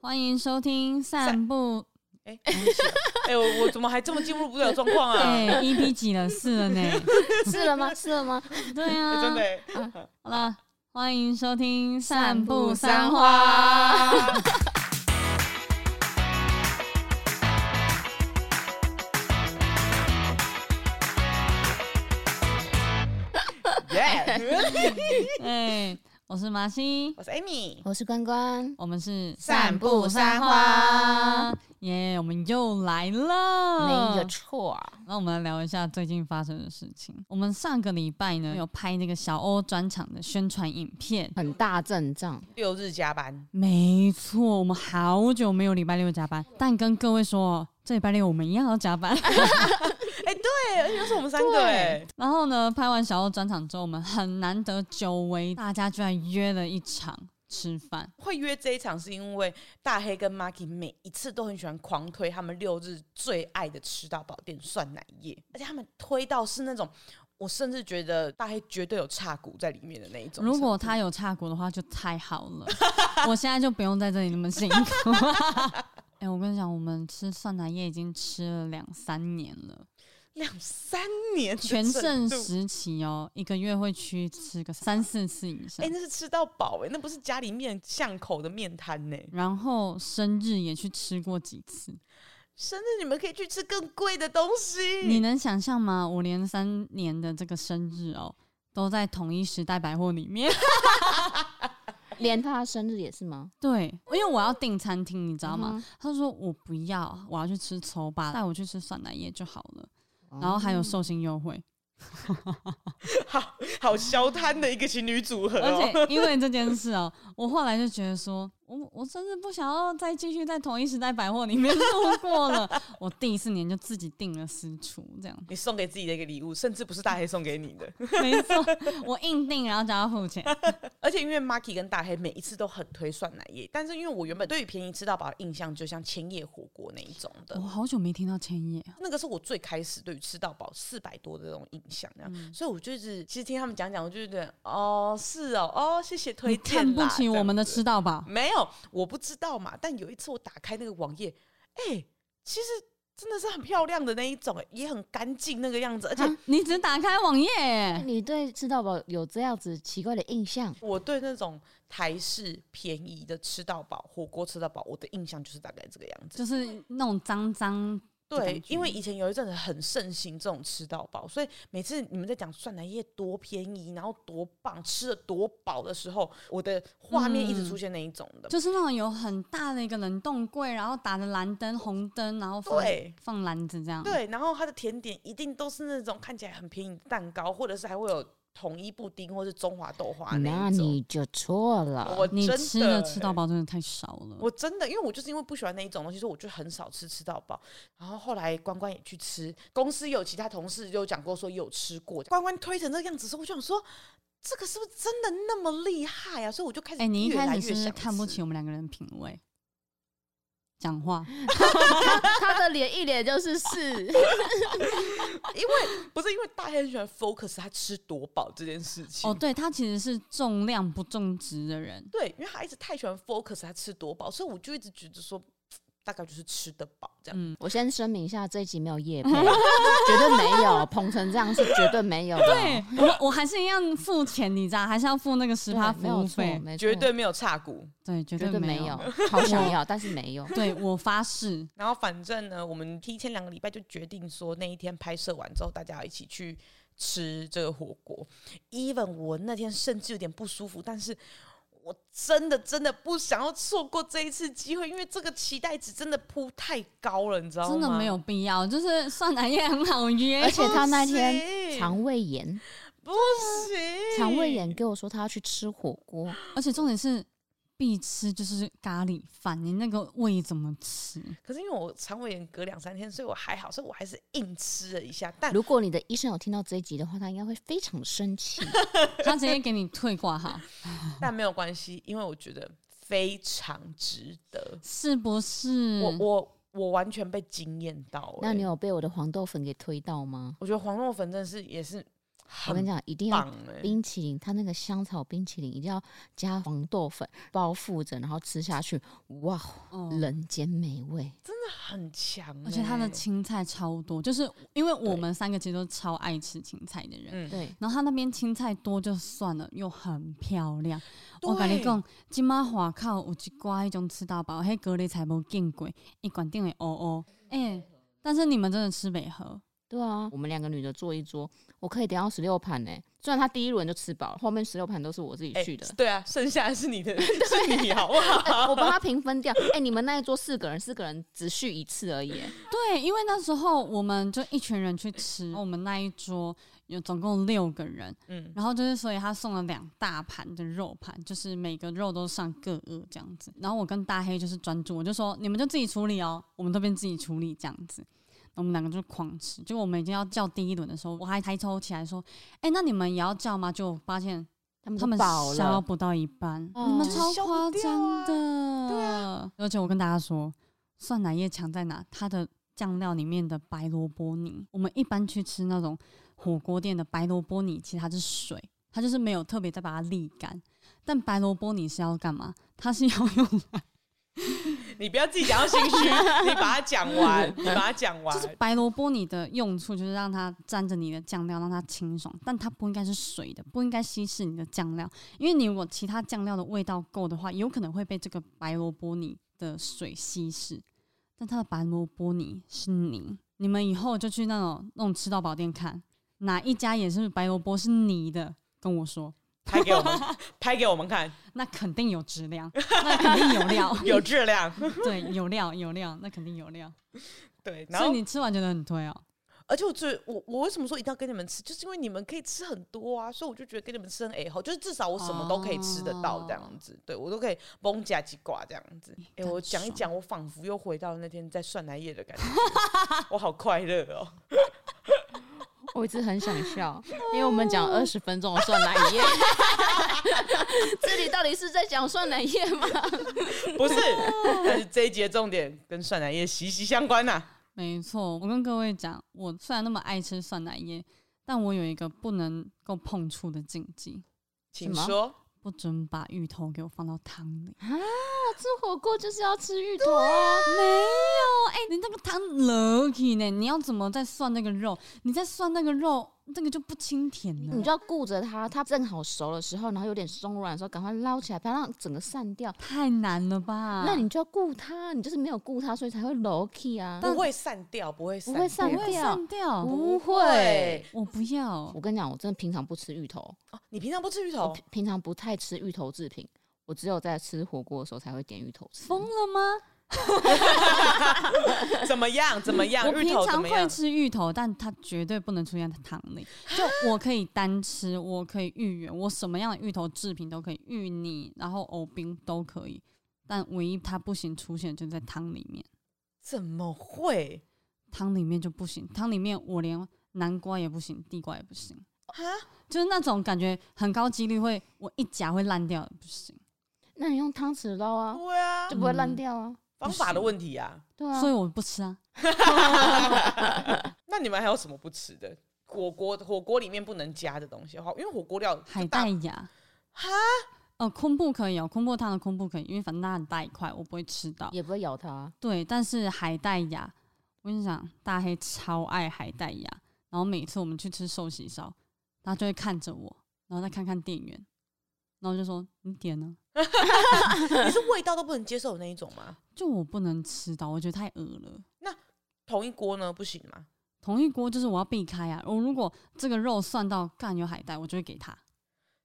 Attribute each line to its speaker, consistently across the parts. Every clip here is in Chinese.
Speaker 1: 欢迎收听散 步，
Speaker 2: 哎、对不起啊 哎、我我怎么还这么进入不了状况
Speaker 1: 对
Speaker 2: 啊？哎
Speaker 1: EP 几，E 了？四 了呢？
Speaker 3: 是了吗？是了吗？
Speaker 1: 对啊，
Speaker 2: 真的、哎
Speaker 1: 好了，欢迎收听散
Speaker 3: 散
Speaker 1: 步
Speaker 3: 步
Speaker 1: 三
Speaker 3: 三
Speaker 1: 花。
Speaker 3: 花，
Speaker 2: 耶！
Speaker 1: 哎，我是麻西，
Speaker 2: 我是 Amy，
Speaker 3: 我是关关，
Speaker 1: 我们是
Speaker 3: 散步三花，
Speaker 1: 耶我们又来了，
Speaker 3: 没有错，啊
Speaker 1: 那我们来聊一下最近发生的事情。我们上个礼拜呢有拍那个小欧专场的宣传影片，
Speaker 3: 很大阵仗，
Speaker 2: 六日加班，
Speaker 1: 没错，我们好久没有礼拜六加班，但跟各位说哦，这礼拜六我们一样要加班。
Speaker 2: 对，而且又是我们三个哎、
Speaker 1: 然后呢，拍完小欧专场之后，我们很难得久违，大家居然约了一场吃饭。
Speaker 2: 会约这一场是因为大黑跟 Marky 每一次都很喜欢狂推他们六日最爱的吃到饱店酸奶液，而且他们推到是那种。我甚至觉得大黑绝对有叉骨在里面的那一种。
Speaker 1: 如果他有差股的话，就太好了。我现在就不用在这里那么辛苦。 哎、我跟你讲，我们吃蒜奶液已经吃了两三年了，
Speaker 2: 两三年的
Speaker 1: 全盛
Speaker 2: 程度
Speaker 1: 时期哦，一个月会去吃个三四次以上
Speaker 2: 哎、。那是吃到饱哎、那不是家里面巷口的面摊哎呢、
Speaker 1: 然后生日也去吃过几次，
Speaker 2: 生日你们可以去吃更贵的东西。
Speaker 1: 你能想象吗？我连三年的这个生日哦，都在同一时代百货里面。
Speaker 3: 连他的生日也是吗？
Speaker 1: 对，因为我要订餐厅，你知道吗？
Speaker 3: 嗯哼
Speaker 1: 他说我不要，我要去吃丑吧，带我去吃酸奶液就好了。然后还
Speaker 3: 哦
Speaker 1: 有寿星优惠，
Speaker 2: 好好消摊的一个情侣组合、
Speaker 1: 而
Speaker 2: 哦，
Speaker 1: 且因为这件事哦、我后来就觉得说，我我甚至不想要再继续在同一时代百货里面 度过了。我第四年就自己订了私厨，这样
Speaker 2: 你送给自己的一个礼物，甚至不是大黑送给你的。
Speaker 1: 没错，我硬订，然后叫他付钱。
Speaker 2: 而且因为 Marky 跟大黑每一次都很推酸奶液，但是因为我原本对于便宜吃到饱的印象，就像千叶火锅那一种的
Speaker 1: 我。好久没听到千叶，
Speaker 2: 那个是我最开始对于吃到饱四百多的那种印象，这样，
Speaker 1: 嗯
Speaker 2: 所以我就是其实听他们讲讲，我就觉得哦，是哦，哦，谢谢推
Speaker 1: 你
Speaker 2: 荐啦。
Speaker 1: 看不起我们的
Speaker 2: 这样子
Speaker 1: 吃到饱，
Speaker 2: 没有，我不知道嘛。但有一次我打开那个网页，哎、其实真的是很漂亮的那一种、哎也很干净那个样子，而且
Speaker 1: 你只打开网页耶、
Speaker 3: 你对吃到饱有这样子奇怪的印象？
Speaker 2: 我对那种台式便宜的吃到饱火锅吃到饱，我的印象就是大概这个样子。
Speaker 1: 就是那种脏脏的感
Speaker 2: 对，
Speaker 1: 觉
Speaker 2: 因为以前有一阵子很盛行这种吃到饱，所以每次你们在讲蒜奶液多便宜，然后多棒，吃的多饱的时候，我的画面一直
Speaker 1: 嗯
Speaker 2: 出现那一种的。
Speaker 1: 就是那种有很大的一个冷冻柜，然后打着蓝灯、红灯，然后放
Speaker 2: 对
Speaker 1: 放篮子这样。，
Speaker 2: 对，然后它的甜点一定都是那种看起来很便宜的蛋糕，或者是还会有统一布丁或是中华豆花
Speaker 3: 那
Speaker 2: 那一种。
Speaker 3: 你就错了。
Speaker 2: 我
Speaker 1: 你
Speaker 2: 真欸
Speaker 1: 吃的吃到饱真的太少了。
Speaker 2: 我真的，因为我就是因为不喜欢那一种东西，所以我就很少吃吃到饱。然后后来关关也去吃，公司有其他同事有讲过说有吃过，关关推成这个样子的时候，我就想说，这个是不是真的那么厉害啊？所以我就开
Speaker 1: 哎、
Speaker 2: 始
Speaker 1: 你一
Speaker 2: 越来
Speaker 1: 开
Speaker 2: 越
Speaker 1: 始是不是
Speaker 2: 想
Speaker 1: 看不
Speaker 2: 吃
Speaker 1: 起我们两个人的品味，讲话。
Speaker 3: 他的脸一脸就是是，
Speaker 2: 因为不是因为大家很喜欢 focus 他吃多饱这件事情。
Speaker 1: 哦，对他其实是重量不重质的 人。
Speaker 2: 对，因为他一直太喜欢 focus 他吃多饱，所以我就一直觉得说，大概就是吃得饱这样。
Speaker 3: 我先声明一下，这一集没有夜配， 绝对没有，捧成这样是绝对没有的。
Speaker 1: 对
Speaker 2: 啊
Speaker 1: 我，我还是一样付钱，你知道，还是要付那个十
Speaker 3: 对，
Speaker 1: 趴服
Speaker 3: 没有
Speaker 1: 务
Speaker 3: 错，
Speaker 1: 费。
Speaker 3: 没错
Speaker 2: 绝对没有差股，
Speaker 1: 对，绝
Speaker 3: 绝对
Speaker 1: 没
Speaker 3: 没有。，好想 要，但是没有。
Speaker 1: 对我发 誓，
Speaker 2: 然后反正呢，我们提前两个礼拜就决定说，那一天拍摄完之后，大家要一起去吃这个火锅。even 我那天甚至有点不舒服，但是我真的真的不想要错过这一次机会，因为这个期待值真的铺太高了，你知道吗？
Speaker 1: 真的没有必要。就是酸奶也很好约，
Speaker 3: 而且他那
Speaker 2: 不
Speaker 3: 天
Speaker 2: 行
Speaker 3: 肠胃炎，
Speaker 2: 不行，
Speaker 3: 肠胃炎跟我说他要去吃火锅，
Speaker 1: 而且重点是必吃就是咖喱饭，你那个胃怎么吃？
Speaker 2: 可是因为我肠胃炎隔两三天，所以我还好，所以我还是硬吃了一下。但
Speaker 3: 如果你的医生有听到这一集的话，他应该会非常生 气。
Speaker 1: 他直接给你退挂号，
Speaker 2: 但没有关系，因为我觉得非常值得。
Speaker 1: 是不是？
Speaker 2: 我我我完全被惊艳到、欸。
Speaker 3: 那你有被我的黄豆粉给推到吗？
Speaker 2: 我觉得黄豆粉真的是也是
Speaker 3: 我跟你讲，一定要
Speaker 2: 棒哎、
Speaker 3: 冰淇淋，它那个香草冰淇淋一定要加黄豆粉包覆着，然后吃下去，哇，
Speaker 1: 哦
Speaker 3: 人间美味。
Speaker 2: 真的很强、
Speaker 1: 而且它的
Speaker 2: 欸
Speaker 1: 青菜超多，就是因为我们三个其实都超爱吃青菜的人。
Speaker 2: 嗯，
Speaker 3: 对，
Speaker 1: 然后它那边青菜多就算了，又很漂亮。我跟
Speaker 2: 对
Speaker 1: 你讲，今麦华靠有一挂迄种吃到饱，迄隔离菜无见过，伊管定会乌乌。哎、但是你们真的吃北河，
Speaker 3: 对啊，我们两个女的坐一桌，我可以点到十六盘呢。虽然他第一轮就吃饱了，后面十六盘都是我自己
Speaker 2: 哎
Speaker 3: 去的。
Speaker 2: 对啊，剩下的是你的， 是你好不好？
Speaker 3: 我帮他平分掉。哎、你们那一桌四个人，四个人只续一次而已。哎
Speaker 1: 对，因为那时候我们就一群人去吃，然后我们那一桌有总共六个人，
Speaker 2: 嗯，
Speaker 1: 然后就是所以他送了两大盘的肉盘，就是每个肉都上各二这样子。然后我跟大黑就是专注，我就说你们就自己处理哦，我们这边自己处理这样子。我们两个就狂吃，结果我们已经要叫第一轮的时候，我还抬头起来说：“哎、那你们也要叫吗？”就发现
Speaker 3: 他们
Speaker 1: 他
Speaker 3: 都
Speaker 1: 们
Speaker 3: 饱
Speaker 1: 消
Speaker 3: 了，
Speaker 1: 不到一半，
Speaker 3: 哦
Speaker 1: 你们
Speaker 3: 就是
Speaker 1: 超
Speaker 2: 消不
Speaker 1: 夸
Speaker 2: 掉
Speaker 1: 张
Speaker 2: 啊
Speaker 1: 的。对啊，而且我跟大家说，酸奶液强在哪？它的酱料里面的白萝卜泥，我们一般去吃那种火锅店的白萝卜泥，其实它是水，它就是没有特别再把它沥干。但白萝卜泥是要干嘛？它是要用来，
Speaker 2: 你不要自己讲到心虚，你把它讲完，你把它讲完，
Speaker 1: 就是白萝卜泥的用处就是让它沾着你的酱料，让它清爽，但它不应该是水的，不应该稀释你的酱料，因为你如果其他酱料的味道够的话，有可能会被这个白萝卜泥的水稀释。但它的白萝卜泥是泥，你们以后就去那种那种吃到饱店看，哪一家也是白萝卜是泥的，跟我说，
Speaker 2: 拍给我们，拍给我们看，
Speaker 1: 那肯定有质量，那肯定有料，
Speaker 2: 有质量。
Speaker 1: 对，有料有料，那肯定有料。
Speaker 2: 对，然
Speaker 1: 所以
Speaker 2: 后
Speaker 1: 你吃完觉得很推哦，
Speaker 2: 而且我最我我为什么说一定要跟你们吃，就是因为你们可以吃很多啊，所以我就觉得跟你们吃很哎好，就是至少我什么都可以吃得到这样子，对我都可以崩夹几挂这样 子。哎、
Speaker 1: 干
Speaker 2: 我讲一
Speaker 1: 爽
Speaker 2: 讲，我仿佛又回到那天在涮奶液的感觉， 我好快乐哦。
Speaker 3: 我一直很想笑，因为我们讲二十分钟的酸奶液， 这里到底是在讲酸奶液吗？
Speaker 2: 不是，但是这一节重点跟涮奶液息息相关呐、啊
Speaker 1: 没错。我跟各位讲，我虽然那么爱吃酸奶液，但我有一个不能够碰触的禁忌，
Speaker 2: 请
Speaker 3: 什么
Speaker 2: 说，
Speaker 1: 不准把芋头给我放到汤里。
Speaker 3: 吃火锅就是要吃芋头啊！
Speaker 1: 没有，哎、你那个汤 lucky 呢？你要怎么再涮那个肉？你再涮那个肉，那个就不清甜
Speaker 3: 你
Speaker 1: 了。
Speaker 3: 就要顾着它，它正好熟的时候，然后有点松软的时候，赶快捞起来，不要让整个散掉。
Speaker 1: 太难了吧？
Speaker 3: 那你就要顾它，你就是没有顾它，所以才会 low key 啊。
Speaker 2: 不会散掉，不会散
Speaker 3: 不会散
Speaker 1: 不
Speaker 3: 掉
Speaker 1: 会散掉？
Speaker 3: 不
Speaker 2: 会
Speaker 3: 会。
Speaker 1: 我不要
Speaker 3: 我，跟你讲，我真的平常不吃芋头，
Speaker 2: 哦，你平常不吃芋
Speaker 3: 我
Speaker 2: 头
Speaker 3: 平平常不太吃芋头制品，我只有在吃火锅的时候才会点芋头吃。
Speaker 1: 疯了吗？
Speaker 2: 怎么样？怎么样？
Speaker 1: 我
Speaker 2: 芋
Speaker 1: 平
Speaker 2: 头怎
Speaker 1: 常
Speaker 2: 么
Speaker 1: 会
Speaker 2: 样？
Speaker 1: 吃芋头，但它绝对不能出现在汤里。就我可以单吃，我可以芋圆，我什么样的芋头制品都可以，芋泥，然后藕冰都可以。但唯一它不行出现就在汤里面，
Speaker 2: 怎么会
Speaker 1: 汤里面就不行，汤里面我连南瓜也不行，地瓜也不行，
Speaker 2: 啊？
Speaker 1: 就是那种感觉很高几率会我一夹会烂掉的，不行。
Speaker 3: 那你用汤匙捞啊，
Speaker 2: 对啊
Speaker 3: 就，不会烂掉啊。
Speaker 2: 方法的问题啊。
Speaker 3: 对啊
Speaker 1: 所，以我不吃啊，
Speaker 2: 那你们还有什么不吃的？火锅火锅里面不能加的东西，好，因为火锅料就
Speaker 1: 海
Speaker 2: 大
Speaker 1: 带芽。
Speaker 2: 哈，
Speaker 1: 哦，昆布可以哦，昆布汤的昆布可以，因为反正它很大一块，我不会吃到。
Speaker 3: 也不会咬它。啊
Speaker 1: 对，但是海带芽，我跟你讲，大黑超爱海带芽，然后每次我们去吃寿喜烧，他就会看着我，然后再看看店员，然后就说你点呢、
Speaker 2: 你是味道都不能接受的那一种吗？
Speaker 1: 就我不能吃到，我觉得太恶了。
Speaker 2: 同一锅呢不行吗？
Speaker 1: 同一锅就是我要避开啊！我如果这个肉涮到干有海带，我就会给他。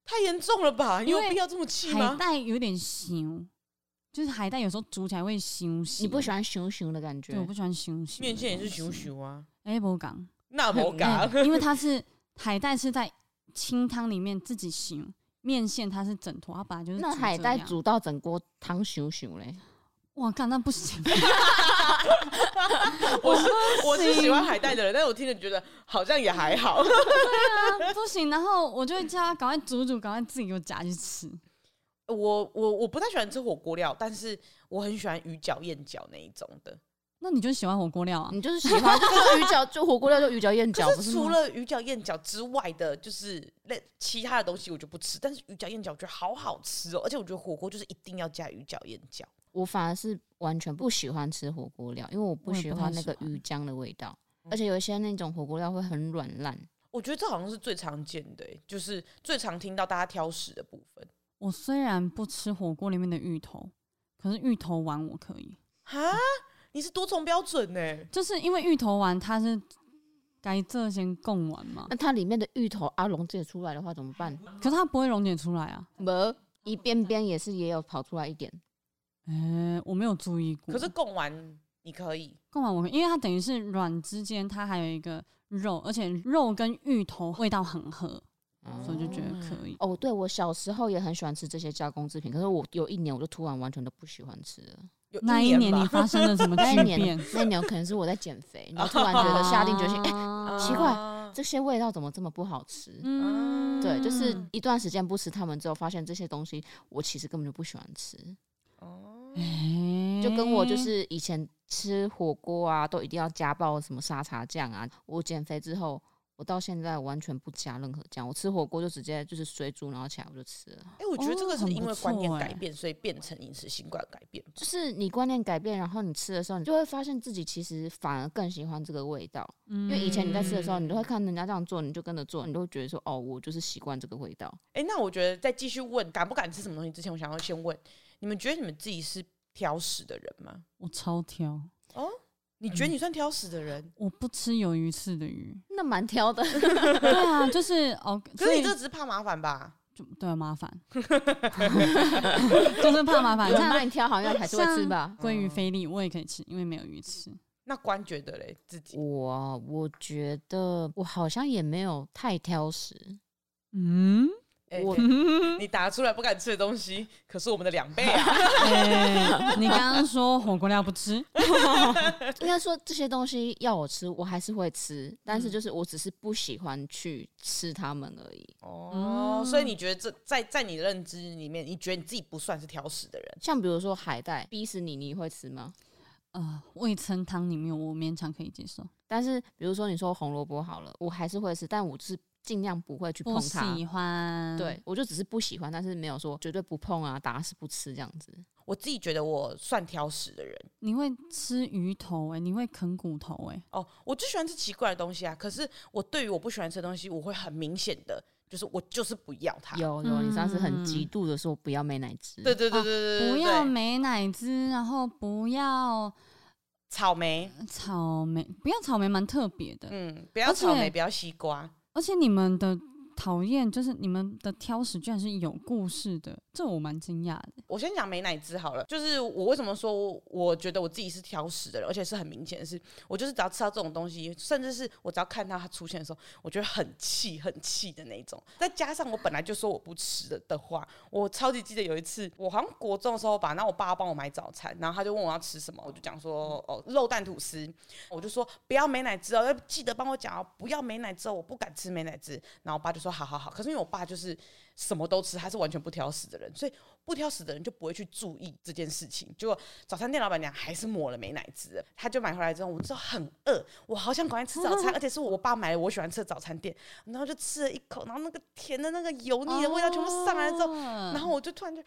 Speaker 2: 太严重了吧？你
Speaker 1: 因
Speaker 2: 有
Speaker 1: 为
Speaker 2: 必要这么气
Speaker 1: 海
Speaker 2: 吗？
Speaker 1: 带有点腥，就是海带有时候煮起来会腥腥。
Speaker 3: 你不喜欢熊熊的感觉
Speaker 1: 对，我不喜欢腥腥。
Speaker 2: 面线也是熊。熊啊，
Speaker 1: 哎，不讲。
Speaker 2: 那我敢。
Speaker 1: 因为它是海带是在清汤里面自己醒，面线它是整坨，它本来就是
Speaker 3: 那
Speaker 1: 煮
Speaker 3: 海
Speaker 1: 这
Speaker 3: 带
Speaker 1: 样，
Speaker 3: 煮到整锅汤熊熊嘞，
Speaker 1: 哇，干那不行，
Speaker 2: 我是我是喜欢海带的人，但是我听着觉得 好像也还 好。
Speaker 1: 不行。然后我就会叫他赶快煮煮，赶快自己给我夹去吃。
Speaker 2: 我我我不太喜欢吃火锅料，但是我很喜欢鱼饺、燕饺那一种的。
Speaker 1: 那你就喜欢火锅料啊？
Speaker 3: 你就是喜欢，就是鱼饺，就火锅料就鱼饺、燕饺，
Speaker 2: 可
Speaker 3: 不
Speaker 2: 是
Speaker 3: 是
Speaker 2: 除
Speaker 3: 吗
Speaker 2: 了鱼饺、燕饺之外的，就是那其他的东西我就不吃。但是鱼饺、燕饺我觉得好好吃哦，而且我觉得火锅就是一定要加鱼饺、燕饺。
Speaker 3: 我反而是完全不喜欢吃火锅料，因为我不
Speaker 1: 我也
Speaker 3: 喜
Speaker 1: 不太
Speaker 3: 欢那
Speaker 1: 喜
Speaker 3: 个
Speaker 1: 欢嗯
Speaker 3: 鱼浆的味道，而且有一些那种火锅料会很软烂。
Speaker 2: 我觉得这好像是最常见的欸、就是最常听到大家挑食的部分
Speaker 1: 我虽然不吃火锅里面的芋头，可是芋头丸我可以，
Speaker 2: 哈，嗯你是多重标准 呢、
Speaker 1: 就是因为芋头丸它是该这先供完嘛，
Speaker 3: 那它里面的芋头阿龙解出来的话怎么办？
Speaker 1: 可是它不会溶解出来啊。
Speaker 3: 没，一边边也是也有跑出来一点。
Speaker 1: 哎、我没有注意过。
Speaker 2: 可是贡丸你可以，
Speaker 1: 贡丸我可以，因为它等于是软之间，它还有一个肉，而且肉跟芋头味道很合，所以就觉得可以。
Speaker 3: 嗯哦，对我小时候也很喜欢吃这些加工制品，可是我有一年我就突然完全都不喜欢吃了。
Speaker 2: 有
Speaker 1: 那一年
Speaker 2: 吧
Speaker 1: 你发生了什么
Speaker 3: 那
Speaker 1: 巨
Speaker 3: 一
Speaker 1: 变
Speaker 3: 年？，那一年可能是我在减肥，然后突然觉得下定决心，哎、
Speaker 1: 啊
Speaker 3: 奇怪
Speaker 2: 啊
Speaker 3: 这些味道怎么这么不好吃？
Speaker 1: 嗯
Speaker 3: 对，就是一段时间不吃它们之后，发现这些东西我其实根本就不喜欢吃，
Speaker 2: 哦
Speaker 1: 哎
Speaker 3: 就跟我就是以前吃火锅啊，都一定要加爆什么沙茶酱啊。我减肥之后，我到现在完全不加任何酱，我吃火锅就直接就是水煮，然后起来我就吃了。
Speaker 2: 哎、我觉得这
Speaker 1: 哦
Speaker 2: 个是
Speaker 1: 很
Speaker 2: 因
Speaker 1: 不
Speaker 2: 为观念
Speaker 1: 错
Speaker 2: 改
Speaker 1: 欸
Speaker 2: 变，所以变成饮食习惯改变。
Speaker 3: 就是你观念改变，然后你吃的时候，你就会发现自己其实反而更喜欢这个味道。因为以前你在吃的时候，你都会看人家这样做，你就跟着做，你都会觉得说，哦，我就是习惯这个味道。
Speaker 2: 哎、那我觉得在继续问敢不敢吃什么东西之前，我想要先问你们，觉得你们自己是挑食的人吗？
Speaker 1: 我超挑，
Speaker 2: 你觉得你算挑食的人？
Speaker 1: 我不吃有鱼刺的鱼。
Speaker 3: 那蛮挑的，
Speaker 1: 对啊，就是哦，
Speaker 2: 可
Speaker 1: 所
Speaker 2: 是你
Speaker 1: 以
Speaker 2: 这只是怕麻烦吧？
Speaker 1: 就对啊麻烦， 就是怕麻 烦。
Speaker 3: 有人帮
Speaker 1: 像
Speaker 3: 你挑好像还是会吃吧。
Speaker 1: 鲑鱼菲力我也可以吃，因为没有鱼吃。
Speaker 2: 那关觉得嘞，自己
Speaker 3: 我我觉得我好像也没有太挑 食，
Speaker 1: 嗯，
Speaker 2: 哎
Speaker 3: 我
Speaker 2: 你答出来不敢吃的东西，可是我们的两倍啊！
Speaker 1: 哎你刚刚说火锅料不吃，
Speaker 3: 应该说这些东西要我吃，我还是会吃，但是就是我只是不喜欢去吃它们而已。
Speaker 2: 哦，所以你觉得这在在你的认知里面，你觉得你自己不算是挑食的人？
Speaker 3: 像比如说海带，逼死你，你会吃吗？
Speaker 1: 呃，味噌汤里面我勉强可以接受，
Speaker 3: 但是比如说你说红萝卜好了，我还是会吃，但我就是尽量不会去碰
Speaker 1: 不
Speaker 3: 它。
Speaker 1: 喜欢。
Speaker 3: 对，，我就只是不喜欢，但是没有说绝对不碰啊，打死不吃这样子。
Speaker 2: 我自己觉得我算挑食的人
Speaker 1: 你会吃鱼头哎、你会啃骨头哎、
Speaker 2: 哦，我就喜欢吃奇怪的东西啊。可是我对于我不喜欢吃的东西，我会很明显的，就是我就是不要它。
Speaker 3: 有有，你上次很
Speaker 1: 嗯
Speaker 3: 极度的说不要美乃滋，
Speaker 2: 对对对对对对对，
Speaker 1: 啊不要
Speaker 2: 对
Speaker 1: 美乃滋，然后不要
Speaker 2: 草莓，
Speaker 1: 草莓，不要草莓蛮特别的。
Speaker 2: 嗯，不要草
Speaker 1: 而
Speaker 2: 莓，
Speaker 1: 且
Speaker 2: 不要西瓜。
Speaker 1: 而且你们的讨厌，就是你们的挑食，居然是有故事的，这我蛮惊讶的。
Speaker 2: 我先讲美乃滋好了，就是我为什么说我我觉得我自己是挑食的人，而且是很明显的是，我就是只要吃到这种东西，甚至是我只要看到它出现的时候，我觉得很气很气的那一种。再加上我本来就说我不吃的的话，我超级记得有一次，我好像国中的时候吧，然后我爸帮我买早餐，然后他就问我要吃什么，我就讲说哦肉蛋吐司，我就说不要美乃滋哦，要记得帮我讲哦，不要美乃滋哦，我不敢吃美乃滋。然后我爸就说好好好，可是因为我爸就是什么都吃，他是完全不挑食的人，所以不挑食的人就不会去注意这件事情。结果早餐店老板娘还是抹了美乃滋，她就买回来之后，我就很饿，我好想赶快吃早餐，而且是我爸买的我喜欢吃的早餐店，然后就吃了一口，然后那个甜的那个油腻
Speaker 1: 哦
Speaker 2: 的味道全部上来之后，
Speaker 1: 然
Speaker 2: 然后我就突然就。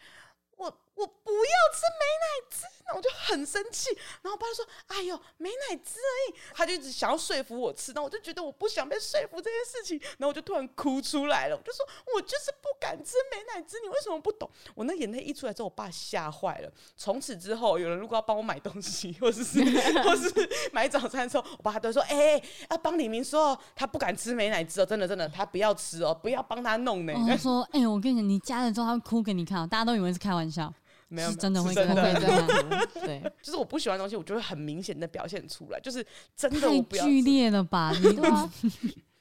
Speaker 2: 我我不要吃美乃滋，那我就很生气。然后我爸就说：“哎呦，美乃滋而已。”他就一直想要说服我吃，然后我就觉得我不想被说服这件事情，然后我就突然哭出来了。我就说：“我就是不敢吃美乃滋，你为什么不懂？”我那眼泪一出来之后，我爸吓坏了。从此之后，有人如果要帮我买东西，或者是 或是买早餐的时候，我爸都会说：“哎、要帮李明说哦，他不敢吃美乃滋哦，真的真的，他不要吃哦，不要帮他弄呢。
Speaker 1: 哦他说：“哎、我跟你讲，你加了之后，他会哭给你看哦、大家都以为是开玩笑，
Speaker 2: 没有，
Speaker 1: 是
Speaker 2: 没有
Speaker 1: 真的会
Speaker 2: 是
Speaker 1: 哭
Speaker 2: 真
Speaker 3: 我
Speaker 2: 的
Speaker 3: 会。这样 子。对，
Speaker 2: 就是我不喜欢的东西，我就会很明显的表现出来，就是真的
Speaker 1: 太
Speaker 2: 我不要
Speaker 1: 剧
Speaker 2: 吃。
Speaker 1: 烈了吧？你
Speaker 3: 对啊，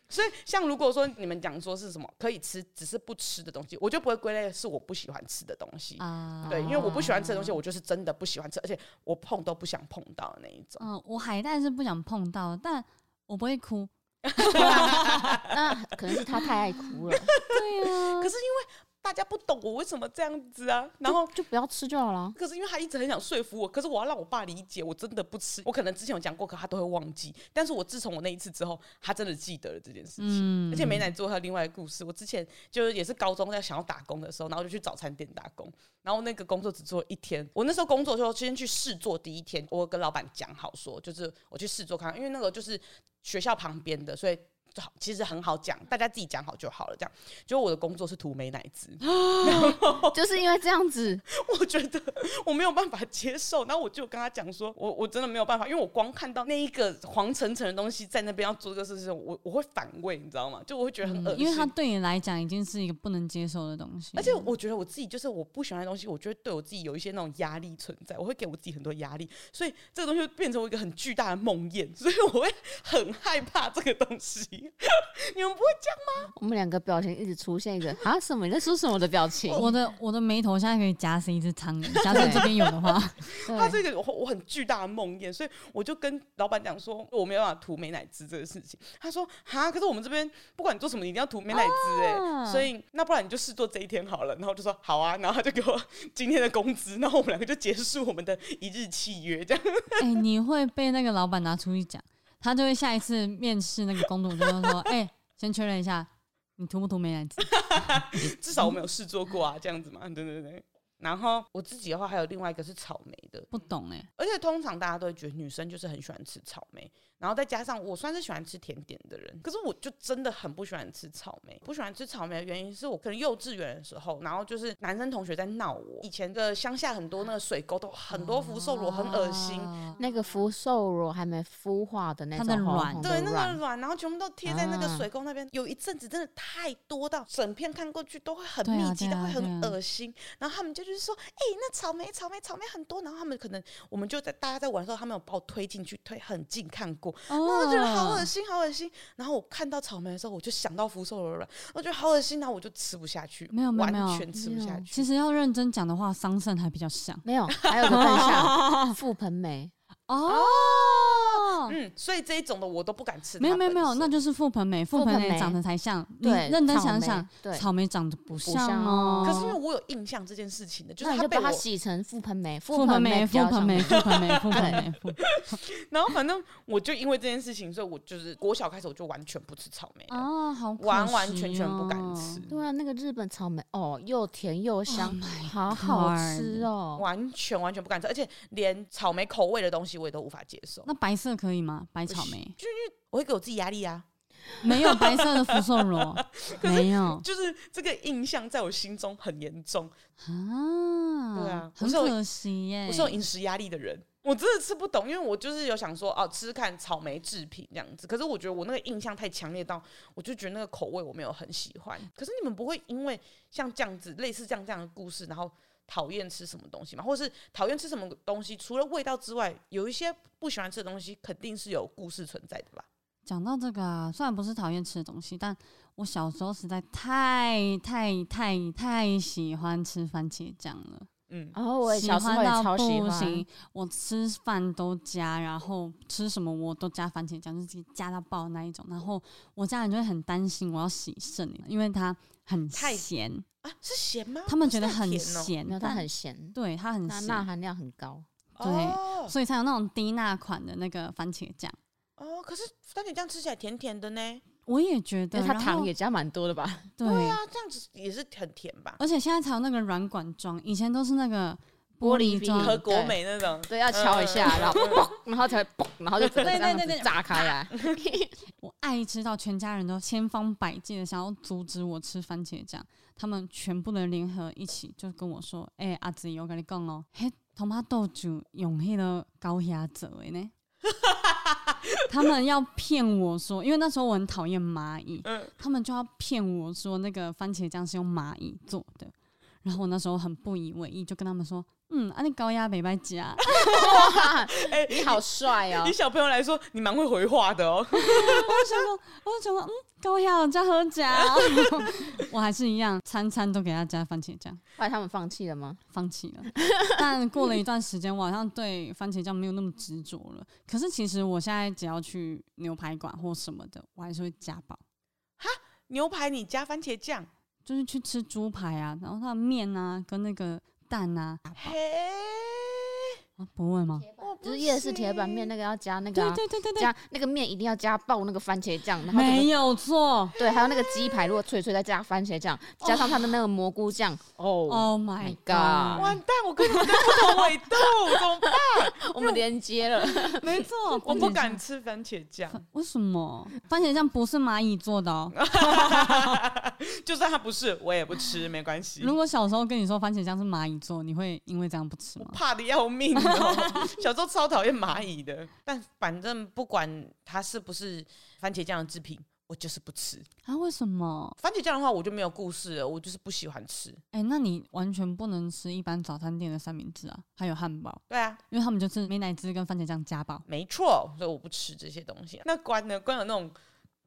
Speaker 2: 所以像如果说你们讲说是什么可以吃，只是不吃的东西，我就不会归类是我不喜欢吃的东西。
Speaker 1: 啊，
Speaker 2: 对，因为我不喜欢吃的东西，我就是真的不喜欢吃，而且我碰都不想碰到的那一种。
Speaker 1: 嗯、我海带是不想碰到的，但我不会哭。
Speaker 3: 那可能是他太爱哭了。
Speaker 1: 对啊，
Speaker 2: 可是因为大家不懂我为什么这样子啊。 然后
Speaker 3: 就不要吃就好了。
Speaker 2: 可是因为他一直很想说服我，可是我要让我爸理解，我真的不吃。我可能之前有讲过，可他都会忘记。但是我自从我那一次之后，他真的记得了这件事情。
Speaker 1: 嗯
Speaker 2: 而且美乃滋还有另外一个故事，我之前就是也是高中在想要打工的时候，然后就去早餐店打工，然后那个工作只做一天。我那时候工作的时候，先去试做第一天，我跟老板讲好说，就是我去试做看看，因为那个就是学校旁边的，所以。就好，其实很好讲，大家自己讲好就好了。这样，结果我的工作是涂美乃滋， 哦
Speaker 3: 就是因为这样子，
Speaker 2: 我觉得我没有办法接受，然后我就跟他讲说，我我真的没有办法，因为我光看到那一个黄澄澄的东西在那边要做这个事情，我我会反胃，你知道吗？就我会觉得很恶心、
Speaker 1: 嗯因为它对你来讲已经是一个不能接受的东西，
Speaker 2: 而且我觉得我自己就是我不喜欢的东西，我就会对我自己有一些那种压力存在，我会给我自己很多压力，所以这个东西就变成我一个很巨大的梦魇，所以我会很害怕这个东西。 你们不会这样？
Speaker 3: 我们两个表情一直出现一个啊什么你在说什么的表情。
Speaker 1: 我的我的眉头现在可以夹死一只苍蝇，假设这边有的 话，
Speaker 2: 它
Speaker 3: 对，
Speaker 2: 这个我我很巨大的梦魇，所以我就跟老板讲说，我没有办法涂美乃滋这个事情。他说哈，可是我们这边不管你做什么，你一定要涂美乃滋哎、
Speaker 1: 啊
Speaker 2: 所以那不然你就试做这一天好了。然后我就说好啊，然后他就给我 今天的工资，然后我们两个就结束我们的一日契约，这样。
Speaker 1: 哎、你会被那个老板拿出去讲，他就会下一次面试那个工作，就会说，哎、先确认一下，你涂不涂美乃滋？
Speaker 2: 至少我没有试做过啊，这样子嘛，对对对。然后我自己的话，还有另外一个是草莓的，
Speaker 1: 不懂哎、
Speaker 2: 而且通常大家都会觉得女生就是很喜欢吃草莓，然后再加上我算是喜欢吃甜点的人，可是我就真的很不喜欢吃草莓。不喜欢吃草莓的原因是我可能幼稚园的时候，然后就是男生同学在闹我。以前的乡下很多那个水沟都很多福寿螺，很恶心。
Speaker 1: 啊
Speaker 3: 那个福寿螺还没孵化的那
Speaker 1: 它
Speaker 3: 种
Speaker 1: 的嗯
Speaker 3: 红
Speaker 1: 卵
Speaker 3: 红的
Speaker 2: 对，那个
Speaker 3: 卵
Speaker 2: 卵，然后全部都贴在那个
Speaker 3: 啊
Speaker 2: 水沟那边。有一阵子真的太多到整片看过去都会很
Speaker 1: 对啊
Speaker 2: 密集，
Speaker 1: 对
Speaker 2: 都
Speaker 1: 啊
Speaker 2: 会很
Speaker 1: 对啊
Speaker 2: 恶心。然后他们就就是说，哎、那草莓，草莓，草莓很多。然后他们可能我们就在大家在玩的时候，他们有把我推进去，推很近看过，然后我就觉得好恶
Speaker 1: 哦，
Speaker 2: 心，好恶心。然后我看到草莓的时候，我就想到福寿螺卵，我觉得好恶心，然后我就吃不下去，
Speaker 1: 没有没有
Speaker 2: 完
Speaker 1: 没有
Speaker 2: 全吃不
Speaker 3: 没
Speaker 2: 下
Speaker 3: 有
Speaker 2: 去。
Speaker 1: 其实要认真讲的话，桑葚还比较像
Speaker 3: 没有，还有个更 像覆盆梅，
Speaker 1: 哦。
Speaker 2: 嗯，所以这一种的我都不敢吃它
Speaker 1: 没有
Speaker 2: 本身。
Speaker 1: 没有没有，那就是覆盆梅，覆
Speaker 3: 覆盆
Speaker 1: 盆梅
Speaker 3: 梅
Speaker 1: 长得才像。你
Speaker 3: 对，
Speaker 1: 认真
Speaker 3: 草
Speaker 1: 想
Speaker 3: 莓
Speaker 1: 想，，
Speaker 3: 对，
Speaker 1: 草莓长得不像
Speaker 3: 像
Speaker 1: 哦
Speaker 3: 哦。
Speaker 2: 可是因为我有印象这件事情的，就
Speaker 3: 那
Speaker 2: 是
Speaker 3: 你
Speaker 2: 它
Speaker 3: 就
Speaker 2: 被
Speaker 3: 把它
Speaker 2: 我
Speaker 3: 洗成覆盆梅，
Speaker 1: 覆盆梅，
Speaker 3: 梅比
Speaker 1: 覆
Speaker 3: 较
Speaker 1: 盆
Speaker 3: 像
Speaker 1: 梅，
Speaker 3: 梅，
Speaker 1: 覆盆梅，覆盆梅，覆盆梅
Speaker 2: 然后反正我就因为这件事情，所以我就是国小开始我就完全不吃草莓了，
Speaker 1: 啊，好可
Speaker 2: 完完
Speaker 1: 惜
Speaker 2: 全全不敢
Speaker 1: 哦
Speaker 2: 吃，
Speaker 3: 对啊，那个日本草莓哦，又甜又香
Speaker 1: Oh my
Speaker 3: 好好
Speaker 1: God
Speaker 3: 吃哦。
Speaker 2: 完全完全不敢吃，而且连草莓口味的东西我也都无法接受。
Speaker 1: 那白色可以吗？白
Speaker 2: 不
Speaker 1: 草
Speaker 2: 行
Speaker 1: 莓
Speaker 2: 我会给我自己压力啊，
Speaker 1: 没有白色的福寿螺，没有
Speaker 2: 就是这个印象在我心中很严重，
Speaker 1: 啊，
Speaker 2: 对啊
Speaker 1: 很
Speaker 2: 我是有
Speaker 1: 可惜耶。
Speaker 2: 我是有饮食压力的人。我真的吃不懂，因为我就是有想说哦，吃吃看草莓制品这样子。可是我觉得我那个印象太强烈到，我就觉得那个口味我没有很喜欢。可是你们不会因为像这样子类似这样这样的故事，然后讨厌吃什么东西吗？或是讨厌吃什么东西，除了味道之外，有一些不喜欢吃的东西，肯定是有故事存在的吧？
Speaker 1: 讲到这个啊，虽然不是讨厌吃的东西，但我小时候实在太太太太喜欢吃番茄酱了。啊
Speaker 2: 嗯，
Speaker 3: 然后我也
Speaker 1: 喜
Speaker 3: 小时候
Speaker 1: 欢
Speaker 3: 也
Speaker 1: 到
Speaker 3: 超喜
Speaker 1: 不
Speaker 3: 欢
Speaker 1: 行，，我吃饭都加，然后吃什么我都加番茄酱，就是自己加到爆那一种。然后我家人就会很担心我要洗肾，因为它很
Speaker 2: 太
Speaker 1: 咸，
Speaker 2: 啊，是咸吗？
Speaker 1: 他们觉得
Speaker 2: 不是太
Speaker 1: 很
Speaker 2: 甜哦
Speaker 1: 咸，
Speaker 3: 没有它
Speaker 1: 但
Speaker 3: 很咸，
Speaker 1: 对它很
Speaker 3: 那钠
Speaker 1: 咸，
Speaker 3: 含量很高。
Speaker 1: 对
Speaker 2: 哦
Speaker 1: 所以才有那种低钠款的那个番茄酱。
Speaker 2: 哦，可是番茄酱吃起来甜甜的呢。
Speaker 1: 我也觉
Speaker 3: 因
Speaker 1: 得，
Speaker 3: 为它
Speaker 1: 然
Speaker 3: 糖
Speaker 1: 后
Speaker 3: 也加蛮多 的吧？
Speaker 1: 对，
Speaker 2: 对啊，这样子也是很甜吧？
Speaker 1: 而且现在才有那个软管装，以前都是那个
Speaker 3: 玻璃
Speaker 1: 璃
Speaker 3: 瓶
Speaker 1: 装
Speaker 2: 和
Speaker 3: 嗯。
Speaker 2: 国
Speaker 3: 对
Speaker 2: 美那种。
Speaker 3: 对，要敲一下， 然后嘣，然后才会嘣，然后就整
Speaker 1: 对
Speaker 3: 个
Speaker 1: 对
Speaker 3: 这样
Speaker 1: 对对对
Speaker 3: 子炸开来。
Speaker 1: 我爱吃到全家人都千方百计的想要阻止我吃番茄酱，他们全部的联合一起就跟我说：“哎、阿姊，我跟你讲哦，嘿，同巴豆酒用迄个高压做的呢。” 他们要骗我说，因为那时候我很讨厌蚂蚁，
Speaker 2: 嗯，
Speaker 1: 他们就要骗我说那个番茄酱是用蚂蚁做的。然后我那时候很不以为意，就跟他们说：“嗯，啊，你高压没白加。
Speaker 3: 哇，
Speaker 2: 哎
Speaker 3: 你好 帅哦
Speaker 2: 以！小朋友来说，你蛮会回话的哦。
Speaker 1: 我就想说，我就想说，嗯，高压我加喝加， 我还是一样，餐餐都给他加番茄酱，
Speaker 3: 后来他们放弃了吗？
Speaker 1: 放弃 了。但过了一段时间，我好像对番茄酱没有那么执着了。可是其实我现在只要去牛排馆或什么的，我还是会加爆。
Speaker 2: 牛排你加番茄酱，
Speaker 1: 就是去吃猪排啊，然后它的面啊跟那个蛋啊，
Speaker 2: 嘿，
Speaker 1: 啊不会吗？
Speaker 2: 我不
Speaker 3: 就是夜市铁板面
Speaker 2: 行
Speaker 3: 那个要加那个、
Speaker 1: 对
Speaker 3: 啊，
Speaker 1: 对对对对，
Speaker 3: 加那个面一定要加爆那个番茄酱，然后整
Speaker 1: 没
Speaker 3: 个
Speaker 1: 有错。
Speaker 3: 对，还有那个鸡排如果脆脆再加番茄酱，加上它的那个蘑 菇酱，哦，
Speaker 1: Oh my
Speaker 3: my god
Speaker 1: god！
Speaker 2: 完蛋，我跟你们在不同纬度，怎么办？
Speaker 3: 我们连接了，
Speaker 1: 没错，
Speaker 2: 我
Speaker 1: 番
Speaker 2: 不
Speaker 1: 茄
Speaker 2: 敢
Speaker 1: 酱。
Speaker 2: 吃番茄 酱，
Speaker 1: 为什么番茄酱不是蚂蚁做的哦？
Speaker 2: 就算它不是，我也不吃，没关系。
Speaker 1: 如果小时候跟你说番茄酱是蚂蚁做，你会因为这样不吃
Speaker 2: 我
Speaker 1: 吗？
Speaker 2: 怕的要命、 哦，小时候超讨厌蚂蚁的。但反正不管它是不是番茄酱的制品，我就是不吃。
Speaker 1: 啊，为什么？
Speaker 2: 番茄酱的话，我就没有故事了，我就是不喜欢吃。
Speaker 1: 哎、那你完全不能吃一般早餐店的三明治啊，还有汉堡，
Speaker 2: 对啊，
Speaker 1: 因为他们就是美乃滋跟番茄酱加爆。
Speaker 2: 没错，所以我不吃这些东西。啊那关呢？关有那种